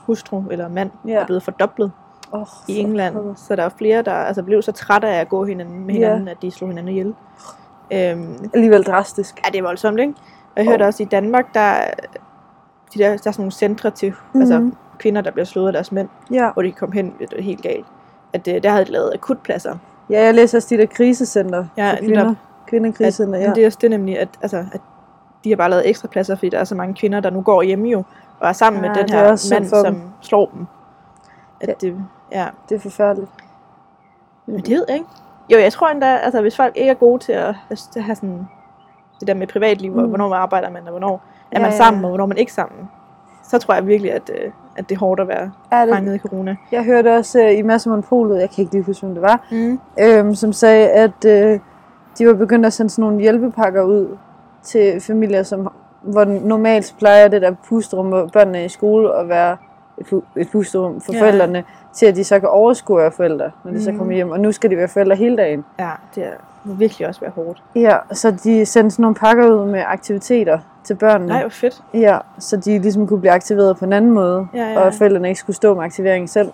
Speaker 1: hustru eller mand
Speaker 2: Mm. Ja.
Speaker 1: ja. er blevet fordoblet
Speaker 2: Oh,
Speaker 1: i England,
Speaker 2: pokker.
Speaker 1: så der er flere, der altså, blev så trætte af at gå hinanden med
Speaker 2: Ja.
Speaker 1: hinanden, at de slog hinanden ihjel. Øhm,
Speaker 2: Alligevel drastisk.
Speaker 1: ja, det er voldsomt, ikke? Og jeg
Speaker 2: Jo.
Speaker 1: hørte også i Danmark, der, er- de der, der er sådan nogle centre til mm-hmm. altså,
Speaker 2: Mhm.
Speaker 1: kvinder, der bliver slået af deres mænd,
Speaker 2: Ja.
Speaker 1: hvor de kom hen, det var helt galt. At øh, der havde de lavet akutpladser
Speaker 2: ja, jeg læser også de der krisecenter
Speaker 1: Ja,
Speaker 2: for kvinder.
Speaker 1: netop.
Speaker 2: Kvindekrisecenter,
Speaker 1: at,
Speaker 2: ja.
Speaker 1: men det er også det nemlig, at, altså, at de har bare lavet ekstra pladser, fordi der er så mange kvinder, der nu går hjemme jo, og er sammen
Speaker 2: Ja,
Speaker 1: med den
Speaker 2: det er
Speaker 1: her
Speaker 2: også synd
Speaker 1: mand,
Speaker 2: for
Speaker 1: som
Speaker 2: dem.
Speaker 1: slår dem. At
Speaker 2: Ja.
Speaker 1: ja. det, ja.
Speaker 2: Det er forfærdeligt.
Speaker 1: Men det ved jeg ikke. Jo, jeg tror endda, altså hvis folk ikke er gode til at, at have sådan det der med privatliv, mm. og
Speaker 2: Mm.
Speaker 1: hvornår man arbejder man, og hvornår er
Speaker 2: Ja,
Speaker 1: man
Speaker 2: ja,
Speaker 1: sammen,
Speaker 2: ja.
Speaker 1: og hvornår man ikke sammen. Så tror jeg virkelig, at, øh, at det er hårdt at være
Speaker 2: Er det,
Speaker 1: fanget i corona.
Speaker 2: jeg hørte også øh, i Mads og Monopolet, jeg kan ikke lige huske, hvem det var,
Speaker 1: Mm.
Speaker 2: øhm, som sagde, at øh, de var begyndt at sende sådan nogle hjælpepakker ud til familier, som, hvor den- normalt plejer det der pusterum, hvor børnene er i skole, og være et, pu- et pusterum for
Speaker 1: Ja.
Speaker 2: ja. forældrene, til at de så kan overskue at være forældre, når de så
Speaker 1: Mhm.
Speaker 2: kommer hjem. Og nu skal de være forældre hele dagen.
Speaker 1: Ja, det er, må virkelig også være hårdt.
Speaker 2: Ja, så de sendte sådan nogle pakker ud med aktiviteter til børnene.
Speaker 1: Nej, hvor fedt.
Speaker 2: Ja, så de ligesom kunne blive aktiveret på en anden måde,
Speaker 1: Ja, ja.
Speaker 2: og forældrene ikke skulle stå med aktiveringen selv.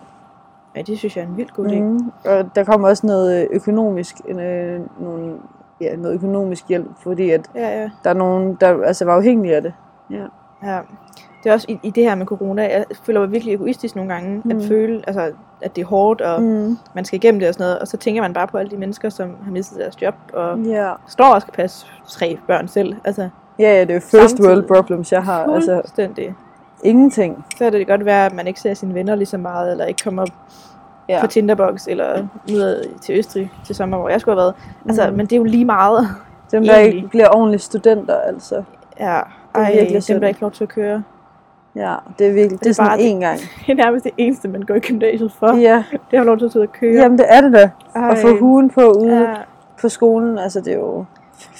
Speaker 1: Ja, det synes jeg er en vild god idé.
Speaker 2: Mm. Og der kom også noget økonomisk, en, øh, nogle, ja, noget økonomisk hjælp, fordi at
Speaker 1: Ja, ja.
Speaker 2: der er nogen, der altså, var afhængige af det.
Speaker 1: Ja. Det er også i, i det her med corona, jeg føler mig virkelig egoistisk nogle gange, mm.
Speaker 2: Mm.
Speaker 1: at føle, altså, at det er hårdt, og mm.
Speaker 2: Mm.
Speaker 1: man skal igennem det og sådan noget, og så tænker man bare på alle de mennesker, som har mistet deres job, og mm.
Speaker 2: Ja.
Speaker 1: står og skal passe tre børn selv, altså
Speaker 2: ja, ja, det er jo first
Speaker 1: Samtidig.
Speaker 2: world problems, jeg har. Altså,
Speaker 1: fuldstændig.
Speaker 2: ingenting.
Speaker 1: Så kan det godt være, at man ikke ser sine venner lige så meget, eller ikke kommer ja.
Speaker 2: Ja.
Speaker 1: på Tinderbox, eller ud til Østrig til sommer, hvor jeg skulle have været. Altså,
Speaker 2: Mm.
Speaker 1: men det er jo lige meget.
Speaker 2: Dem, der
Speaker 1: egentlig.
Speaker 2: ikke bliver ordentlige studenter, altså.
Speaker 1: Ja,
Speaker 2: er
Speaker 1: ej,
Speaker 2: virkelig
Speaker 1: dem,
Speaker 2: synd.
Speaker 1: der ikke får lov til at køre.
Speaker 2: Ja, det er virkelig, det er
Speaker 1: er bare
Speaker 2: sådan
Speaker 1: det-
Speaker 2: én gang.
Speaker 1: Det er nærmest det eneste, man går i gymnasiet for. Ja.
Speaker 2: Ja,
Speaker 1: Det har lov til at sidde og køre.
Speaker 2: jamen det er det da. At
Speaker 1: Ej.
Speaker 2: få huen på ude
Speaker 1: Ja.
Speaker 2: på skolen, altså det er jo...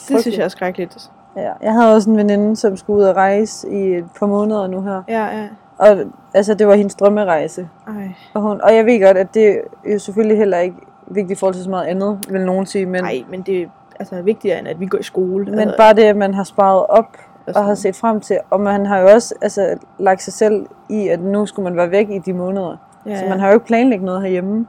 Speaker 1: Det synes jeg er skrækkeligt.
Speaker 2: Ja, jeg havde også en veninde, som skulle ud og rejse i et par måneder nu her.
Speaker 1: Ja, ja.
Speaker 2: Og altså, det var hendes drømmerejse.
Speaker 1: Ej.
Speaker 2: Og, hun, og jeg ved godt, at det er jo selvfølgelig heller ikke vigtigt i forhold til så meget andet, vil nogen sige. Men,
Speaker 1: Nej, men det er altså, vigtigere, end at vi går i skole.
Speaker 2: men
Speaker 1: altså,
Speaker 2: bare det, at man har sparet op og har
Speaker 1: sådan.
Speaker 2: set frem til. Og man har jo også altså, lagt sig selv i, at nu skulle man være væk i de måneder.
Speaker 1: ja,
Speaker 2: Ja. Så man har jo ikke planlagt noget herhjemme.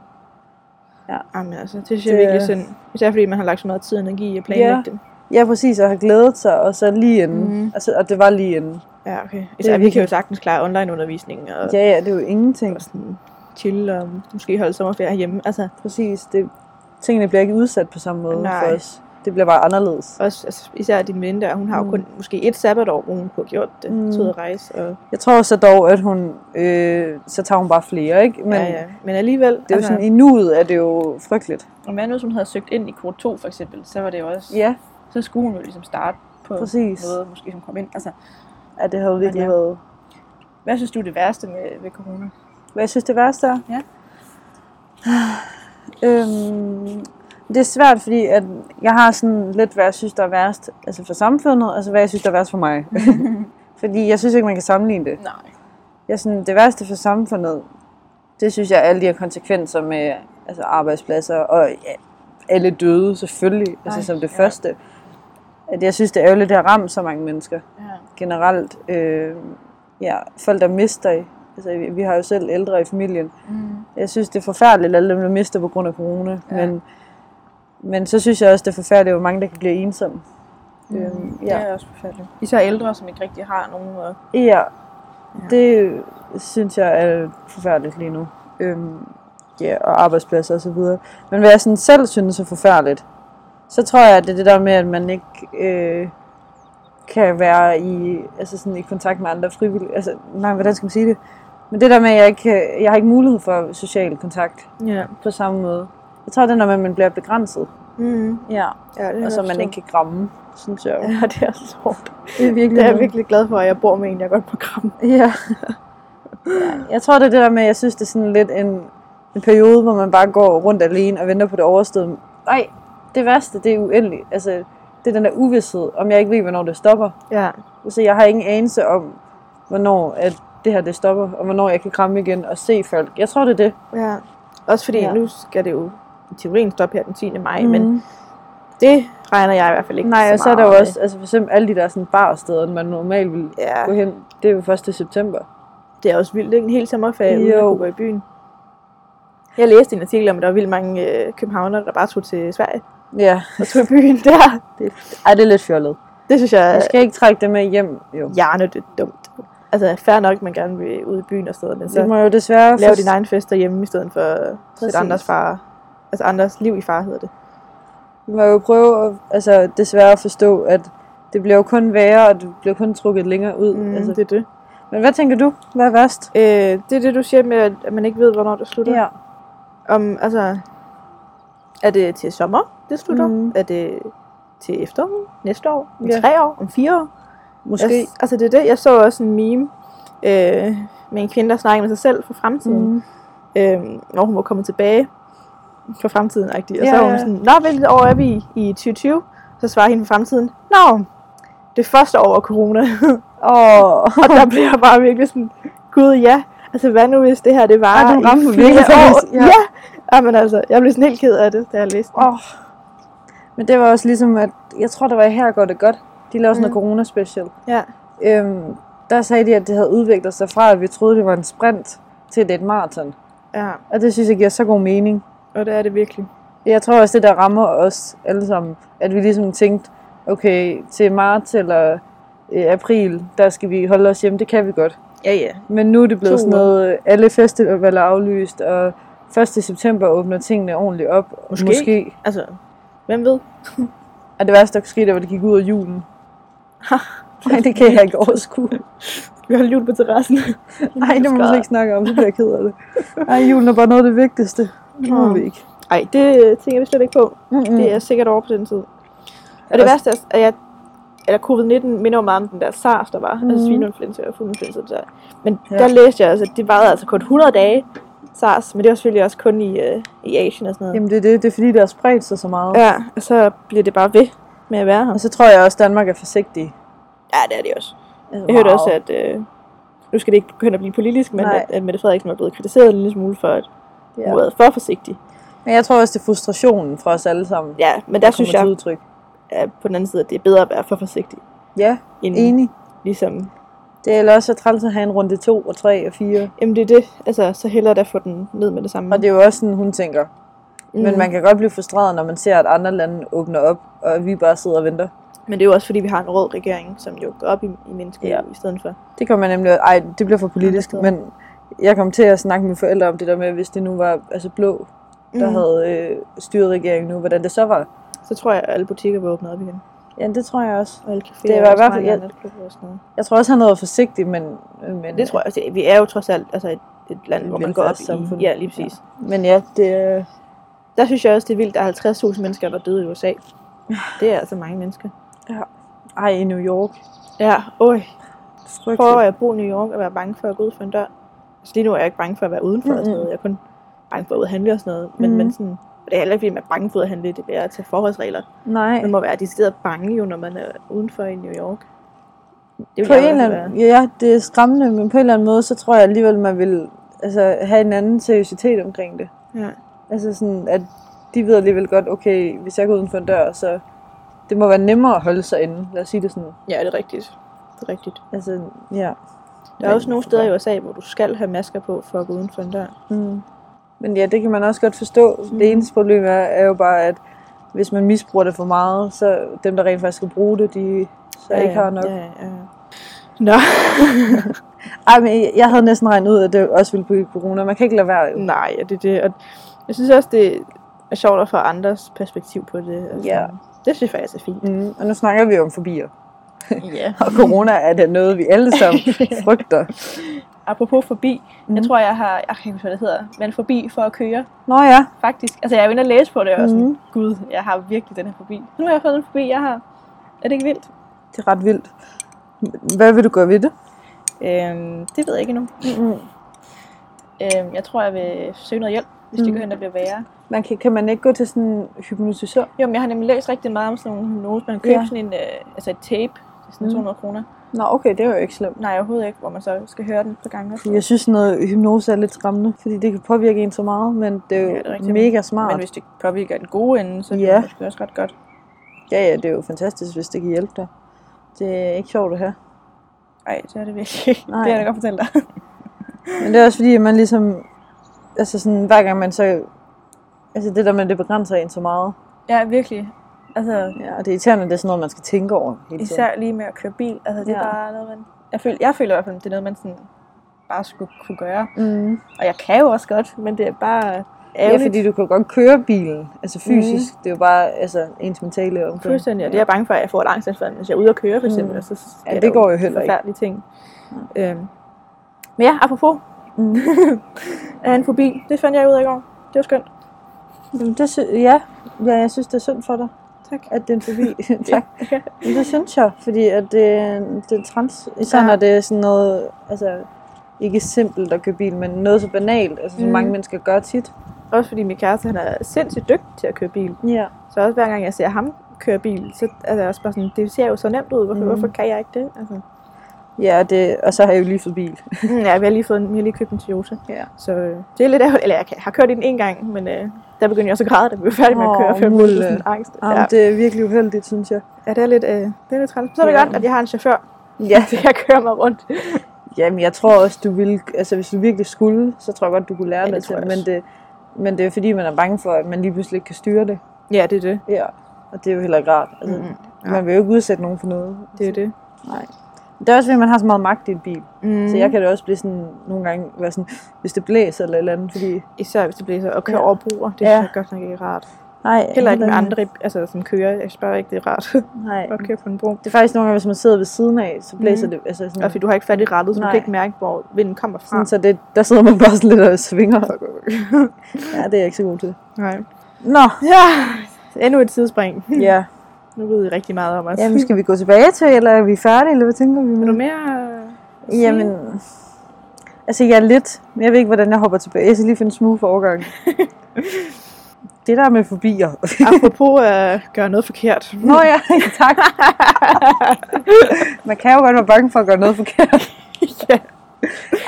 Speaker 1: Jamen, altså, det synes jeg
Speaker 2: Det-
Speaker 1: virkelig synd. Især fordi man har lagt så meget tid og energi i at planlægge det.
Speaker 2: Ja, præcis, og har glædet sig, og så lige inden.
Speaker 1: Mhm.
Speaker 2: Mm. Altså, og det var lige inden.
Speaker 1: Ja, okay. Især, vi
Speaker 2: virkelig-
Speaker 1: kan jo sagtens klare online-undervisning og
Speaker 2: Ja, ja, det er jo ingenting.
Speaker 1: og sådan chille og måske holde sommerferie hjemme. Altså,
Speaker 2: Præcis, det, tingene bliver ikke udsat på samme
Speaker 1: Nej.
Speaker 2: måde Nej. for os. Det bliver bare anderledes.
Speaker 1: også, altså, især din ven der, hun har jo
Speaker 2: Mm.
Speaker 1: kun måske et sabbatår, hvor hun kunne have gjort det.
Speaker 2: Mm.
Speaker 1: Mm. Tid at rejse. Og,
Speaker 2: Jeg tror så dog, at hun, øh, så tager hun bare flere, ikke? Men
Speaker 1: men, ja, ja. men alligevel, altså-
Speaker 2: det er jo sådan, i nuet er det jo frygteligt.
Speaker 1: om man nu, som havde søgt ind i kvote 2 for eksempel, så var det jo også,
Speaker 2: Ja,
Speaker 1: så skulle hun jo ligesom starte på
Speaker 2: Præcis.
Speaker 1: noget, måske som kom ind. Altså,
Speaker 2: ja det har jo virkelig
Speaker 1: ja.
Speaker 2: ja. været.
Speaker 1: Hvad synes du er det værste med, ved corona?
Speaker 2: Hvad jeg synes, det værste er?
Speaker 1: Ja.
Speaker 2: *sighs* Øhm, det er svært, fordi at jeg har sådan lidt, hvad jeg synes, der er værst altså for samfundet, og så hvad jeg synes, der er værst for
Speaker 1: *laughs*
Speaker 2: mig. *laughs* fordi jeg synes ikke, man kan sammenligne det.
Speaker 1: Nej.
Speaker 2: Jeg sådan, det værste for samfundet, det synes jeg er alle de her konsekvenser med altså arbejdspladser og ja, alle døde selvfølgelig,
Speaker 1: Ej,
Speaker 2: altså som det
Speaker 1: ja.
Speaker 2: ja. første. At jeg synes, det er ærgerligt, det har ramt så mange mennesker
Speaker 1: Ja.
Speaker 2: generelt. Øh, ja, folk, der mister. Altså, vi- vi har jo selv ældre i familien.
Speaker 1: Mm.
Speaker 2: Jeg synes, det er forfærdeligt, alle dem, der mister på grund af corona.
Speaker 1: Ja.
Speaker 2: Ja. Men, men så synes jeg også, det er forfærdeligt, hvor mange, der kan blive ensomme. Mm.
Speaker 1: Øhm,
Speaker 2: ja.
Speaker 1: Det er også forfærdeligt. Især ældre, som ikke rigtig har nogen. Og...
Speaker 2: Ja, det synes jeg er forfærdeligt lige nu. Øhm, ja, og arbejdspladser og så videre. Men hvad jeg sådan selv synes er forfærdeligt, så tror jeg, at det er det der med, at man ikke øh, kan være i, altså sådan i kontakt med andre frivillige. Altså, nej, hvordan skal man sige det? Men det der med, at jeg, ikke, kan- jeg har ikke mulighed for social kontakt
Speaker 1: Ja.
Speaker 2: på samme måde. Jeg tror, det er, når man man bliver begrænset.
Speaker 1: Mm.
Speaker 2: Ja.
Speaker 1: ja det
Speaker 2: Og så man ikke kan kramme, synes jeg.
Speaker 1: Ja, det er så hårdt.
Speaker 2: Det er virkelig
Speaker 1: *laughs* Det er jeg virkelig glad for, at jeg bor med en, jeg godt på kram.
Speaker 2: Ja. Jeg tror, det er det der med, at jeg synes, det er sådan lidt en, en periode, hvor man bare går rundt alene og venter på det overstået. Nej, det værste, det er uendeligt. Altså, det er den der uvidshed, om jeg ikke ved, hvornår det stopper.
Speaker 1: Ja.
Speaker 2: Så jeg har ingen anelse om, hvornår at det her det stopper, og hvornår jeg kan kramme igen og se folk. Jeg tror, det er det.
Speaker 1: ja. Også fordi ja.
Speaker 2: Ja.
Speaker 1: nu skal det jo i teorien stoppe her den 10. maj, mm. men det regner jeg i hvert fald ikke
Speaker 2: Nej,
Speaker 1: så
Speaker 2: og så er der
Speaker 1: meget
Speaker 2: jo
Speaker 1: med.
Speaker 2: også, altså for eksempel alle de der sådan barsteder, man normalt ville
Speaker 1: Ja.
Speaker 2: gå hen, det er jo 1. september.
Speaker 1: Det er også vildt, ikke? En hel sommerferie, uden at
Speaker 2: Jo.
Speaker 1: kunne gå i byen. Jeg læste en artikel om, at der var vildt mange øh, københavnere, der bare tog til Sverige
Speaker 2: Ja,
Speaker 1: og tog i byen *laughs* der.
Speaker 2: Ej, det er lidt fjollet.
Speaker 1: Det synes jeg
Speaker 2: Man
Speaker 1: er
Speaker 2: skal ikke trække det med hjem, jo.
Speaker 1: hjernedødt dumt. Altså, fair nok, man gerne vil ud i byen og steder, men så
Speaker 2: Det må jo desværre
Speaker 1: lave
Speaker 2: for-
Speaker 1: din egen fest derhjemme, i stedet for at
Speaker 2: Præcis.
Speaker 1: sætte andres, far, altså andres liv i far, hedder det.
Speaker 2: Vi må jo prøve at, altså, desværre at forstå, at det bliver jo kun værre, og det bliver kun trukket længere ud.
Speaker 1: Mm, altså,
Speaker 2: altså.
Speaker 1: det er det.
Speaker 2: Men hvad tænker du? Hvad er værst?
Speaker 1: Øh, det er det, du siger med, at- at man ikke ved, hvornår det slutter.
Speaker 2: Ja.
Speaker 1: Om, altså, er det til sommer, det slutter?
Speaker 2: Mhm.
Speaker 1: Er det til efteråret, næste år, om
Speaker 2: Ja.
Speaker 1: ja. tre år, om fire år.
Speaker 2: Måske.
Speaker 1: Jeg, altså det er det. Jeg så også en meme øh, med en kvinde, der snakker med sig selv for fremtiden. Mm.
Speaker 2: Mm.
Speaker 1: Øh, når hun var kommet tilbage for fremtiden. Og så
Speaker 2: Ja,
Speaker 1: ja,
Speaker 2: ja.
Speaker 1: hun sådan, Nå, hvilket år er vi i? i 2020? Så svarer hende for fremtiden, Nå, det første år af corona.
Speaker 2: Og
Speaker 1: *laughs* og der bliver jeg bare virkelig sådan, gud ja. Altså hvad nu, hvis det her det var
Speaker 2: Ej, du ramte
Speaker 1: i
Speaker 2: mig
Speaker 1: flere
Speaker 2: virkelig,
Speaker 1: år?
Speaker 2: Thomas.
Speaker 1: Ja.
Speaker 2: Ja.
Speaker 1: ja. men altså, jeg blev sådan helt ked af det, da jeg læste den.
Speaker 2: *laughs* Åh. Men det var også ligesom, at jeg tror, der var i her går det godt. De lavede sådan
Speaker 1: Mm.
Speaker 2: mm. corona special.
Speaker 1: Ja.
Speaker 2: Øhm, der sagde de, at det havde udviklet sig fra, at vi troede, det var en sprint, til at det er et maraton.
Speaker 1: ja,
Speaker 2: Og det synes jeg giver så god mening.
Speaker 1: og det er det virkelig.
Speaker 2: Jeg tror også, det der rammer os alle sammen, at vi ligesom tænkte, okay, til marts eller øh, april, der skal vi holde os hjemme, det kan vi godt.
Speaker 1: Ja, ja.
Speaker 2: Men nu er det blevet
Speaker 1: To
Speaker 2: sådan noget, øh, alle festivaler er aflyst, og 1. september åbner tingene ordentligt op.
Speaker 1: Måske.
Speaker 2: Måske.
Speaker 1: Altså, hvem ved?
Speaker 2: Og det værste, der kunne ske, det var, at det gik ud af julen. Nej, det kan jeg ikke
Speaker 1: *laughs*
Speaker 2: overskue.
Speaker 1: Vi holder jul på *laughs* terrassen.
Speaker 2: Nej, det må man slet ikke snakke om, det bliver jeg ked af det. Nej, julen er bare noget af det vigtigste. Det må vi ikke.
Speaker 1: Nej, det øh, tænker vi slet ikke på.
Speaker 2: Mm-mm.
Speaker 1: Mm. Det er sikkert over på den tid. Og det
Speaker 2: Også-
Speaker 1: værste er, at jeg, eller covid-19 minder jo meget om den der SARS, der var. Mm. Altså
Speaker 2: Mhm.
Speaker 1: svineinfluenza og fugleinfluenza. Der. Men
Speaker 2: Ja.
Speaker 1: ja. der læste jeg altså, at det varede altså kun 100 dage, SARS. Men det var selvfølgelig også kun i, øh, i Asien og sådan noget.
Speaker 2: Jamen det er det, det er fordi, det har spredt sig så meget.
Speaker 1: Ja, og så bliver det bare ved med at være her.
Speaker 2: Og så tror jeg også, at Danmark er forsigtig.
Speaker 1: Ja, det er det også. Jeg hørte også, at... Øh, nu skal det ikke begynde at blive politisk, men
Speaker 2: Nej.
Speaker 1: at, at Mette Frederiksen er blevet kritiseret en lille smule for, at hun
Speaker 2: Ja.
Speaker 1: har været for forsigtig.
Speaker 2: Men jeg tror også, det er frustrationen fra os alle sammen.
Speaker 1: Ja, men der, der synes
Speaker 2: kommer til
Speaker 1: jeg
Speaker 2: Udtryk.
Speaker 1: at på den anden side, at det er bedre at være for forsigtig,
Speaker 2: Ja,
Speaker 1: end
Speaker 2: enig.
Speaker 1: ligesom
Speaker 2: Det er ellers så træls at have en runde 2 og 3 og 4.
Speaker 1: Jamen det er det. Altså, så hellere da få den ned med det samme.
Speaker 2: Og det er jo også sådan, hun tænker. Mm. Men man kan godt blive frustreret, når man ser, at andre lande åbner op, og vi bare sidder og venter.
Speaker 1: Men det er jo også, fordi vi har en rød regering, som jo går op i, i mennesker ja.
Speaker 2: Ja.
Speaker 1: i stedet for.
Speaker 2: Det kommer jeg nemlig... Ej, det bliver for politisk,
Speaker 1: Andre
Speaker 2: men jeg kom til at snakke med mine forældre om det der med, hvis det nu var altså blå, der
Speaker 1: Mhm.
Speaker 2: havde øh, styret regeringen nu, hvordan det så var.
Speaker 1: Så tror jeg, at alle butikker vil åbne op igen.
Speaker 2: Ja, det tror jeg også.
Speaker 1: Og alle caféer
Speaker 2: Det var i hvert fald- jeg-
Speaker 1: Og sådan noget.
Speaker 2: Jeg tror også, han har været forsigtig, men... øh, men
Speaker 1: Det tror jeg også. Altså, vi er jo trods alt altså et, et land,
Speaker 2: Et
Speaker 1: hvor man går op i.
Speaker 2: velfærdssamfund.
Speaker 1: Ja, lige præcis. Ja.
Speaker 2: øh, Men ja, det er...
Speaker 1: Der synes jeg også, det er vildt, der er 50.000 mennesker, der er døde i USA. Det er altså mange mennesker.
Speaker 2: Ej, i New York.
Speaker 1: Ja, øj. Prøver
Speaker 2: Frygteligt.
Speaker 1: jeg at bo i New York og være bange for at gå ud for en dør? Altså lige nu er jeg ikke bange for at være udenfor mm-hmm. og sådan
Speaker 2: Mhm.
Speaker 1: noget. Jeg er kun bange for at ud og handle og sådan noget. Men,
Speaker 2: Mhm.
Speaker 1: mm-hmm. men sådan, det er heller ikke, fordi man er bange for at handle. Det er mere at tage forholdsregler.
Speaker 2: Nej.
Speaker 1: Man må være decideret bange jo, når man er udenfor i New York. Det vil
Speaker 2: på
Speaker 1: jeg i hvert
Speaker 2: en eller
Speaker 1: fald
Speaker 2: anden, ja, det er skræmmende, men på en eller anden måde, så tror jeg alligevel, man vil altså, have en anden seriøsitet omkring det.
Speaker 1: være. Ja.
Speaker 2: Altså sådan, at de ved alligevel godt, okay, hvis jeg går uden for en dør, så det må være nemmere at holde sig inde. Lad os sige det sådan.
Speaker 1: ja, det er rigtigt. Det er rigtigt.
Speaker 2: Altså, ja.
Speaker 1: Der er også nogle steder i USA, hvor du skal have masker på for at gå udenfor en dør.
Speaker 2: Mm. Men ja, det kan man også godt forstå. Mm. Det eneste problem er, er jo bare, at hvis man misbruger det for meget, så dem, der rent faktisk skal bruge det, de så ja, ikke har nok.
Speaker 1: Ja, ja, ja. Nå,
Speaker 2: Ej, men jeg- jeg havde næsten regnet ud, at det også ville blive corona. Man kan ikke lade være, jo.
Speaker 1: nej, ja, det er det. Og jeg synes også, det er sjovt at få andres perspektiv på det. Altså,
Speaker 2: Ja.
Speaker 1: Det synes jeg faktisk er fint.
Speaker 2: Mm. Og nu snakker vi jo om fobier.
Speaker 1: *laughs* Ja.
Speaker 2: Og corona er da noget, vi alle
Speaker 1: *laughs*
Speaker 2: sammen frygter.
Speaker 1: Apropos forbi, mm. jeg
Speaker 2: Mhm.
Speaker 1: tror, jeg har, jeg kan ikke huske, hvad det hedder, men forbi for at køre,
Speaker 2: Nå ja,
Speaker 1: faktisk. Altså, jeg er inde og læse på det, og jeg er sådan,
Speaker 2: Mhm.
Speaker 1: gud, jeg har virkelig den her forbi. Nu har jeg fået den forbi, jeg har. Er det ikke vildt?
Speaker 2: det er ret vildt. Hvad vil du gøre ved det?
Speaker 1: Øhm, det ved jeg ikke endnu.
Speaker 2: Mm-hmm.
Speaker 1: Øhm, jeg tror, jeg vil søge noget hjælp, hvis mm. det
Speaker 2: Mhm.
Speaker 1: går hen, der bliver værre.
Speaker 2: Man kan, kan man ikke gå til sådan en hypnotisør?
Speaker 1: Jo, men jeg har nemlig læst rigtig meget om sådan nogle hypnose. Man kan købe ja.
Speaker 2: Ja.
Speaker 1: sådan en, øh, altså et tape, det er sådan
Speaker 2: Mhm.
Speaker 1: 200 kroner.
Speaker 2: Nå, okay, det er jo ikke slemt.
Speaker 1: Nej, overhovedet ikke, hvor man så skal høre den på gange.
Speaker 2: Jeg synes, sådan noget hypnose er lidt skræmmende, fordi det kan påvirke en så meget, men det er jo
Speaker 1: Ja, det
Speaker 2: ja,
Speaker 1: er
Speaker 2: det
Speaker 1: rigtigt.
Speaker 2: er mega smart.
Speaker 1: Men hvis det påvirker den gode ende, så ja. er
Speaker 2: Ja.
Speaker 1: det måske også ret godt.
Speaker 2: Ja, ja, det er jo fantastisk, hvis det kan hjælpe dig. Det er ikke sjovt at have.
Speaker 1: Nej, det er det virkelig ikke. Det
Speaker 2: Nej.
Speaker 1: kan jeg da godt fortælle dig.
Speaker 2: Men det er også fordi, at man ligesom... Altså sådan, hver gang man så... Altså det der med, at det begrænser en så meget.
Speaker 1: Ja, virkelig. Altså,
Speaker 2: Ja, og det er irriterende, at det er sådan noget, man skal tænke over hele tiden.
Speaker 1: især lige med at køre bil. Altså, det er
Speaker 2: Ja.
Speaker 1: bare noget, man... Jeg føler, jeg føler i hvert fald, det er noget, man sådan bare skulle kunne gøre.
Speaker 2: Mm.
Speaker 1: Og jeg kan jo også godt, men det er bare
Speaker 2: Ja,
Speaker 1: ærgerligt. Mhm.
Speaker 2: fordi du kan jo godt køre bilen, altså fysisk. Mm. Det er jo bare altså, ens mentale omgang.
Speaker 1: Fuldstændig, og det er jeg bange for, at jeg får et angstanfald, hvis jeg er ude og køre for eksempel,
Speaker 2: Mm.
Speaker 1: og så sker
Speaker 2: Ja,
Speaker 1: der
Speaker 2: det går jo heller ikke.
Speaker 1: forfærdelige ting. Øhm. Men ja, apropos, *laughs*
Speaker 2: Mm.
Speaker 1: er en fobi, det fandt jeg ud af i går. Det var skønt.
Speaker 2: Jamen, det sy- ja. ja, jeg synes, det er synd for dig.
Speaker 1: Tak.
Speaker 2: at
Speaker 1: *laughs*
Speaker 2: den fobi... tak. Men det synes jeg, fordi at det, er en- det er en trans. Især
Speaker 1: Ja.
Speaker 2: ja. når det er sådan noget, altså ikke simpelt at køre bil, men noget så banalt, altså som
Speaker 1: Mm.
Speaker 2: mm. mange mennesker gør tit.
Speaker 1: Også fordi min kæreste, han er sindssygt dygtig til at køre bil.
Speaker 2: Ja.
Speaker 1: Så også hver gang jeg ser ham køre bil, så er det også bare sådan, det ser jo så nemt ud, hvorfor, mm.
Speaker 2: Mhm.
Speaker 1: hvorfor kan jeg ikke det? Altså. *laughs*
Speaker 2: Ja, og det, og så har jeg jo lige fået bil.
Speaker 1: ja, vi har lige, fået en, vi har lige købt en Toyota,
Speaker 2: Ja.
Speaker 1: så øh, det er lidt ærgerligt. Eller jeg kan, har kørt i den en gang, men øh, der begyndte jeg også at græde, da vi var færdige med at
Speaker 2: Åh,
Speaker 1: køre, for jeg blev
Speaker 2: Mulle.
Speaker 1: sådan angst.
Speaker 2: Jamen,
Speaker 1: Ja,
Speaker 2: ja. det er virkelig uheldigt, synes jeg.
Speaker 1: ja, det er lidt, øh, det er lidt træls. Så er det
Speaker 2: Ja.
Speaker 1: godt, at jeg har en chauffør,
Speaker 2: Ja.
Speaker 1: *laughs* så jeg kører mig rundt.
Speaker 2: Jamen, jeg tror også, du ville, altså hvis du virkelig skulle, så tror jeg godt, du kunne lære
Speaker 1: Ja, det
Speaker 2: det,
Speaker 1: tror
Speaker 2: til,
Speaker 1: jeg
Speaker 2: men
Speaker 1: også.
Speaker 2: det, men det er fordi, man er bange for, at man lige pludselig ikke kan styre det.
Speaker 1: Ja, det er det.
Speaker 2: Ja. Og det er jo heller ikke rart. Altså,
Speaker 1: Mm.
Speaker 2: ja. Man vil jo ikke udsætte nogen for noget. Altså,
Speaker 1: Det er det.
Speaker 2: Nej. Det er også, fordi man har så meget magt i en bil.
Speaker 1: Mm.
Speaker 2: Mm. Så jeg kan da også blive sådan, nogle gange være sådan, hvis det blæser eller et eller andet, fordi...
Speaker 1: Især hvis det bliver så at køre ja.
Speaker 2: Ja.
Speaker 1: over broer, det
Speaker 2: Ja.
Speaker 1: synes jeg godt nok ikke er rart.
Speaker 2: Nej,
Speaker 1: Heller ikke med andre, altså som kører. Jeg synes bare ikke, det er rart *laughs*
Speaker 2: Nej.
Speaker 1: at køre på en bro.
Speaker 2: Det er faktisk nogle gange, hvis man sidder ved siden af, så blæser
Speaker 1: Mm.
Speaker 2: mm. det, altså sådan,
Speaker 1: Og fordi du har ikke fat i rettet, så du
Speaker 2: Nej.
Speaker 1: kan ikke mærke, hvor vinden kommer fra.
Speaker 2: sådan, så det, der sidder man bare sådan lidt og svinger. ja, det er jeg ikke så god til.
Speaker 1: Nej. *laughs*
Speaker 2: Nå,
Speaker 1: Ja, endnu et sidespring.
Speaker 2: ja.
Speaker 1: Nu ved I rigtig meget om os.
Speaker 2: Jamen, skal vi gå tilbage til, eller er vi færdige, eller hvad tænker vi
Speaker 1: Er
Speaker 2: med
Speaker 1: du mere? øh,
Speaker 2: Jamen, altså jeg er lidt, men jeg ved ikke, hvordan jeg hopper tilbage. Jeg skal lige finde en smooth overgang. *laughs* det der med fobier.
Speaker 1: Apropos at uh, gøre noget
Speaker 2: *laughs*
Speaker 1: forkert.
Speaker 2: Nå ja, tak. Man kan jo godt være bange for at gøre noget forkert.
Speaker 1: Ja.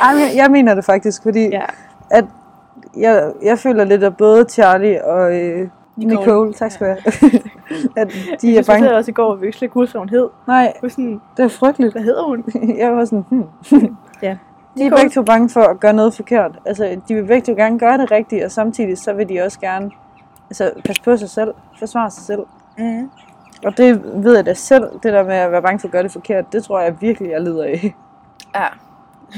Speaker 2: Ej, men jeg, jeg mener det faktisk, fordi
Speaker 1: Ja.
Speaker 2: jeg, jeg føler lidt, at både Charlie og øh, Nicole. Nicole, tak skal du have, *laughs* at de
Speaker 1: Jeg
Speaker 2: er bange.
Speaker 1: diskuterede også i går, hvor vi ikke slet ikke huske, hvad hun hed.
Speaker 2: Nej,
Speaker 1: Vi var sådan,
Speaker 2: det er frygteligt.
Speaker 1: hvad hedder hun?
Speaker 2: *laughs* jeg var sådan, hmm.
Speaker 1: Ja.
Speaker 2: De er begge to bange for at gøre noget forkert. Altså, de vil begge to gerne gøre det rigtigt, og samtidig så vil de også gerne altså, passe på sig selv, forsvare sig selv.
Speaker 1: Mm.
Speaker 2: Og det ved jeg da selv, det der med at være bange for at gøre det forkert, det tror jeg virkelig, jeg lider af. *laughs*
Speaker 1: Ja.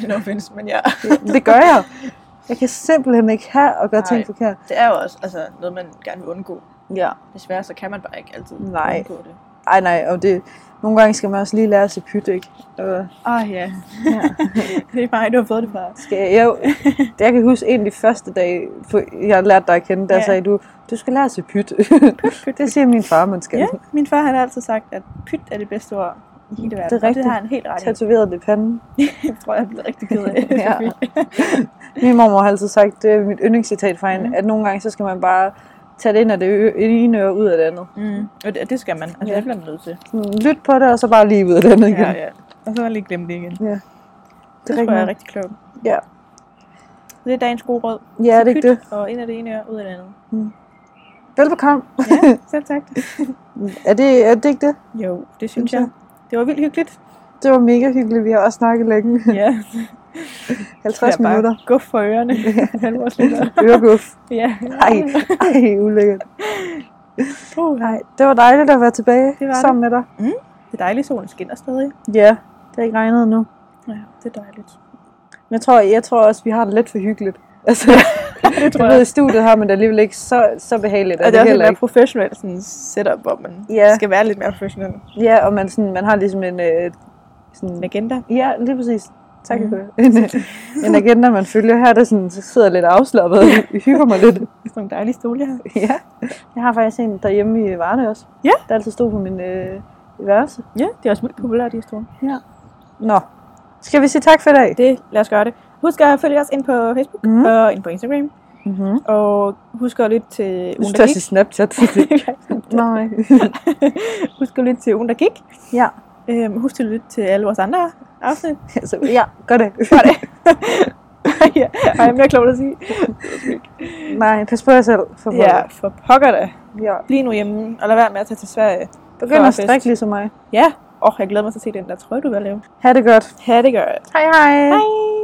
Speaker 1: No offense, men ja.
Speaker 2: det gør jeg. Jeg kan simpelthen ikke have at gøre
Speaker 1: Nej.
Speaker 2: ting forkert.
Speaker 1: Det er jo også altså, noget, man gerne vil undgå.
Speaker 2: Ja.
Speaker 1: Desværre så kan man bare ikke altid
Speaker 2: Nej.
Speaker 1: undgå det.
Speaker 2: Ej nej, og det, nogle gange skal man også lige lære at se pyt, ikke? Og,
Speaker 1: Åh oh, ja,
Speaker 2: ja.
Speaker 1: *laughs* det er mig, du har fået det fra.
Speaker 2: Skal jeg, jeg, *laughs* jeg kan huske en af de første dage, for jeg lærte dig at kende, der
Speaker 1: Ja.
Speaker 2: ja. sagde du, du skal lære at se
Speaker 1: *laughs*
Speaker 2: pyt. det siger min far, man skal. Mm.
Speaker 1: Ja, min far han har altid sagt, at pyt er det bedste ord i hele verden.
Speaker 2: rigtigt.
Speaker 1: Og det har han helt ret i. *laughs*
Speaker 2: Tatoveret det i panden.
Speaker 1: Jeg tror, jeg er blevet rigtig ked af. *laughs*
Speaker 2: Ja. Min mor har altid sagt, det er mit yndlingscitat fra hende,
Speaker 1: Mm.
Speaker 2: mm. at nogle gange, så skal man bare tage det ind af det ø- ene øre ud af det andet.
Speaker 1: Mm. Og det, det, skal man. Altså,
Speaker 2: Ja.
Speaker 1: det bliver man nødt til.
Speaker 2: Sådan, Lyt på det, og så bare lige ud af det andet igen.
Speaker 1: Ja, ja. Og så lige glemme det igen. Det, det tror
Speaker 2: rigtigt
Speaker 1: jeg er
Speaker 2: nok.
Speaker 1: rigtig klogt.
Speaker 2: Ja.
Speaker 1: Så det er dagens gode råd.
Speaker 2: ja
Speaker 1: Så
Speaker 2: det er ikke
Speaker 1: pyt,
Speaker 2: det.
Speaker 1: Og ind af det ene øre, ud af det andet.
Speaker 2: Velbekomme.
Speaker 1: Ja, selv tak.
Speaker 2: Er det, er det ikke det?
Speaker 1: Jo, det synes jeg. Det var vildt
Speaker 2: *laughs*
Speaker 1: hyggeligt.
Speaker 2: Det var mega hyggeligt. Vi har også snakket længe.
Speaker 1: Ja,
Speaker 2: 50 minutter.
Speaker 1: Gå for
Speaker 2: *laughs*
Speaker 1: ørerne. *laughs* Halvårs lidt.
Speaker 2: Øreguff.
Speaker 1: Ja.
Speaker 2: Ej, ej, ulækkert.
Speaker 1: Uh,
Speaker 2: Nej, det var dejligt at være tilbage
Speaker 1: Det var det.
Speaker 2: sammen med dig.
Speaker 1: det er dejligt, solen skinner stadig.
Speaker 2: Ja, det har ikke regnet endnu.
Speaker 1: Ja, det er dejligt. *laughs*
Speaker 2: Men jeg tror, jeg tror også, vi har det lidt for hyggeligt. Altså,
Speaker 1: Det
Speaker 2: du ved, i studiet har man det alligevel ikke så, så behageligt. er
Speaker 1: Og det er også lidt
Speaker 2: heller
Speaker 1: mere professionelt sådan setup, hvor man
Speaker 2: Ja.
Speaker 1: skal være lidt mere professionel.
Speaker 2: ikke. Ja, og man, sådan, man har ligesom en... Øh,
Speaker 1: En
Speaker 2: sådan,
Speaker 1: agenda.
Speaker 2: ja, lige præcis. Tak,
Speaker 1: Mhm.
Speaker 2: mm. en, en agenda, man følger. Her er det sådan, så sidder jeg lidt afslappet og hygger mig
Speaker 1: *laughs*
Speaker 2: lidt.
Speaker 1: Sådan nogle dejlige stole, jeg har.
Speaker 2: ja. Jeg har faktisk en derhjemme i Varne også.
Speaker 1: Ja.
Speaker 2: Der altid stod på min øh, værelse.
Speaker 1: Ja, det er også vildt populært, de her stole.
Speaker 2: Nå, skal vi sige tak for i dag?
Speaker 1: Det, lad os gøre det. Husk at følge os ind på Facebook
Speaker 2: Mhm.
Speaker 1: og ind på Instagram.
Speaker 2: Mm-hmm.
Speaker 1: Og husk at lytte til
Speaker 2: Jeg
Speaker 1: ugen,
Speaker 2: synes,
Speaker 1: der
Speaker 2: det er
Speaker 1: gik. *laughs*
Speaker 2: Snapchat. Nej.
Speaker 1: husk at lytte til ugen, der gik.
Speaker 2: Ja.
Speaker 1: Øhm, husk at lytte til alle vores andre afsnit.
Speaker 2: *laughs* *laughs* Altså, ja, gør det.
Speaker 1: Gør det. ja, ej, jeg er mere klogt at sige.
Speaker 2: Nej, pas på jer selv. For
Speaker 1: Ja,
Speaker 2: ja.
Speaker 1: for pokker da.
Speaker 2: ja.
Speaker 1: Bliv nu hjemme, og lad være med at tage til Sverige.
Speaker 2: Begynd
Speaker 1: For
Speaker 2: at
Speaker 1: fest.
Speaker 2: strikke ligesom mig.
Speaker 1: Ja, og jeg glæder mig til at se den der trøje, du vil lave.
Speaker 2: Ha' det godt.
Speaker 1: Ha' det godt.
Speaker 2: Hej hej.
Speaker 1: Hej.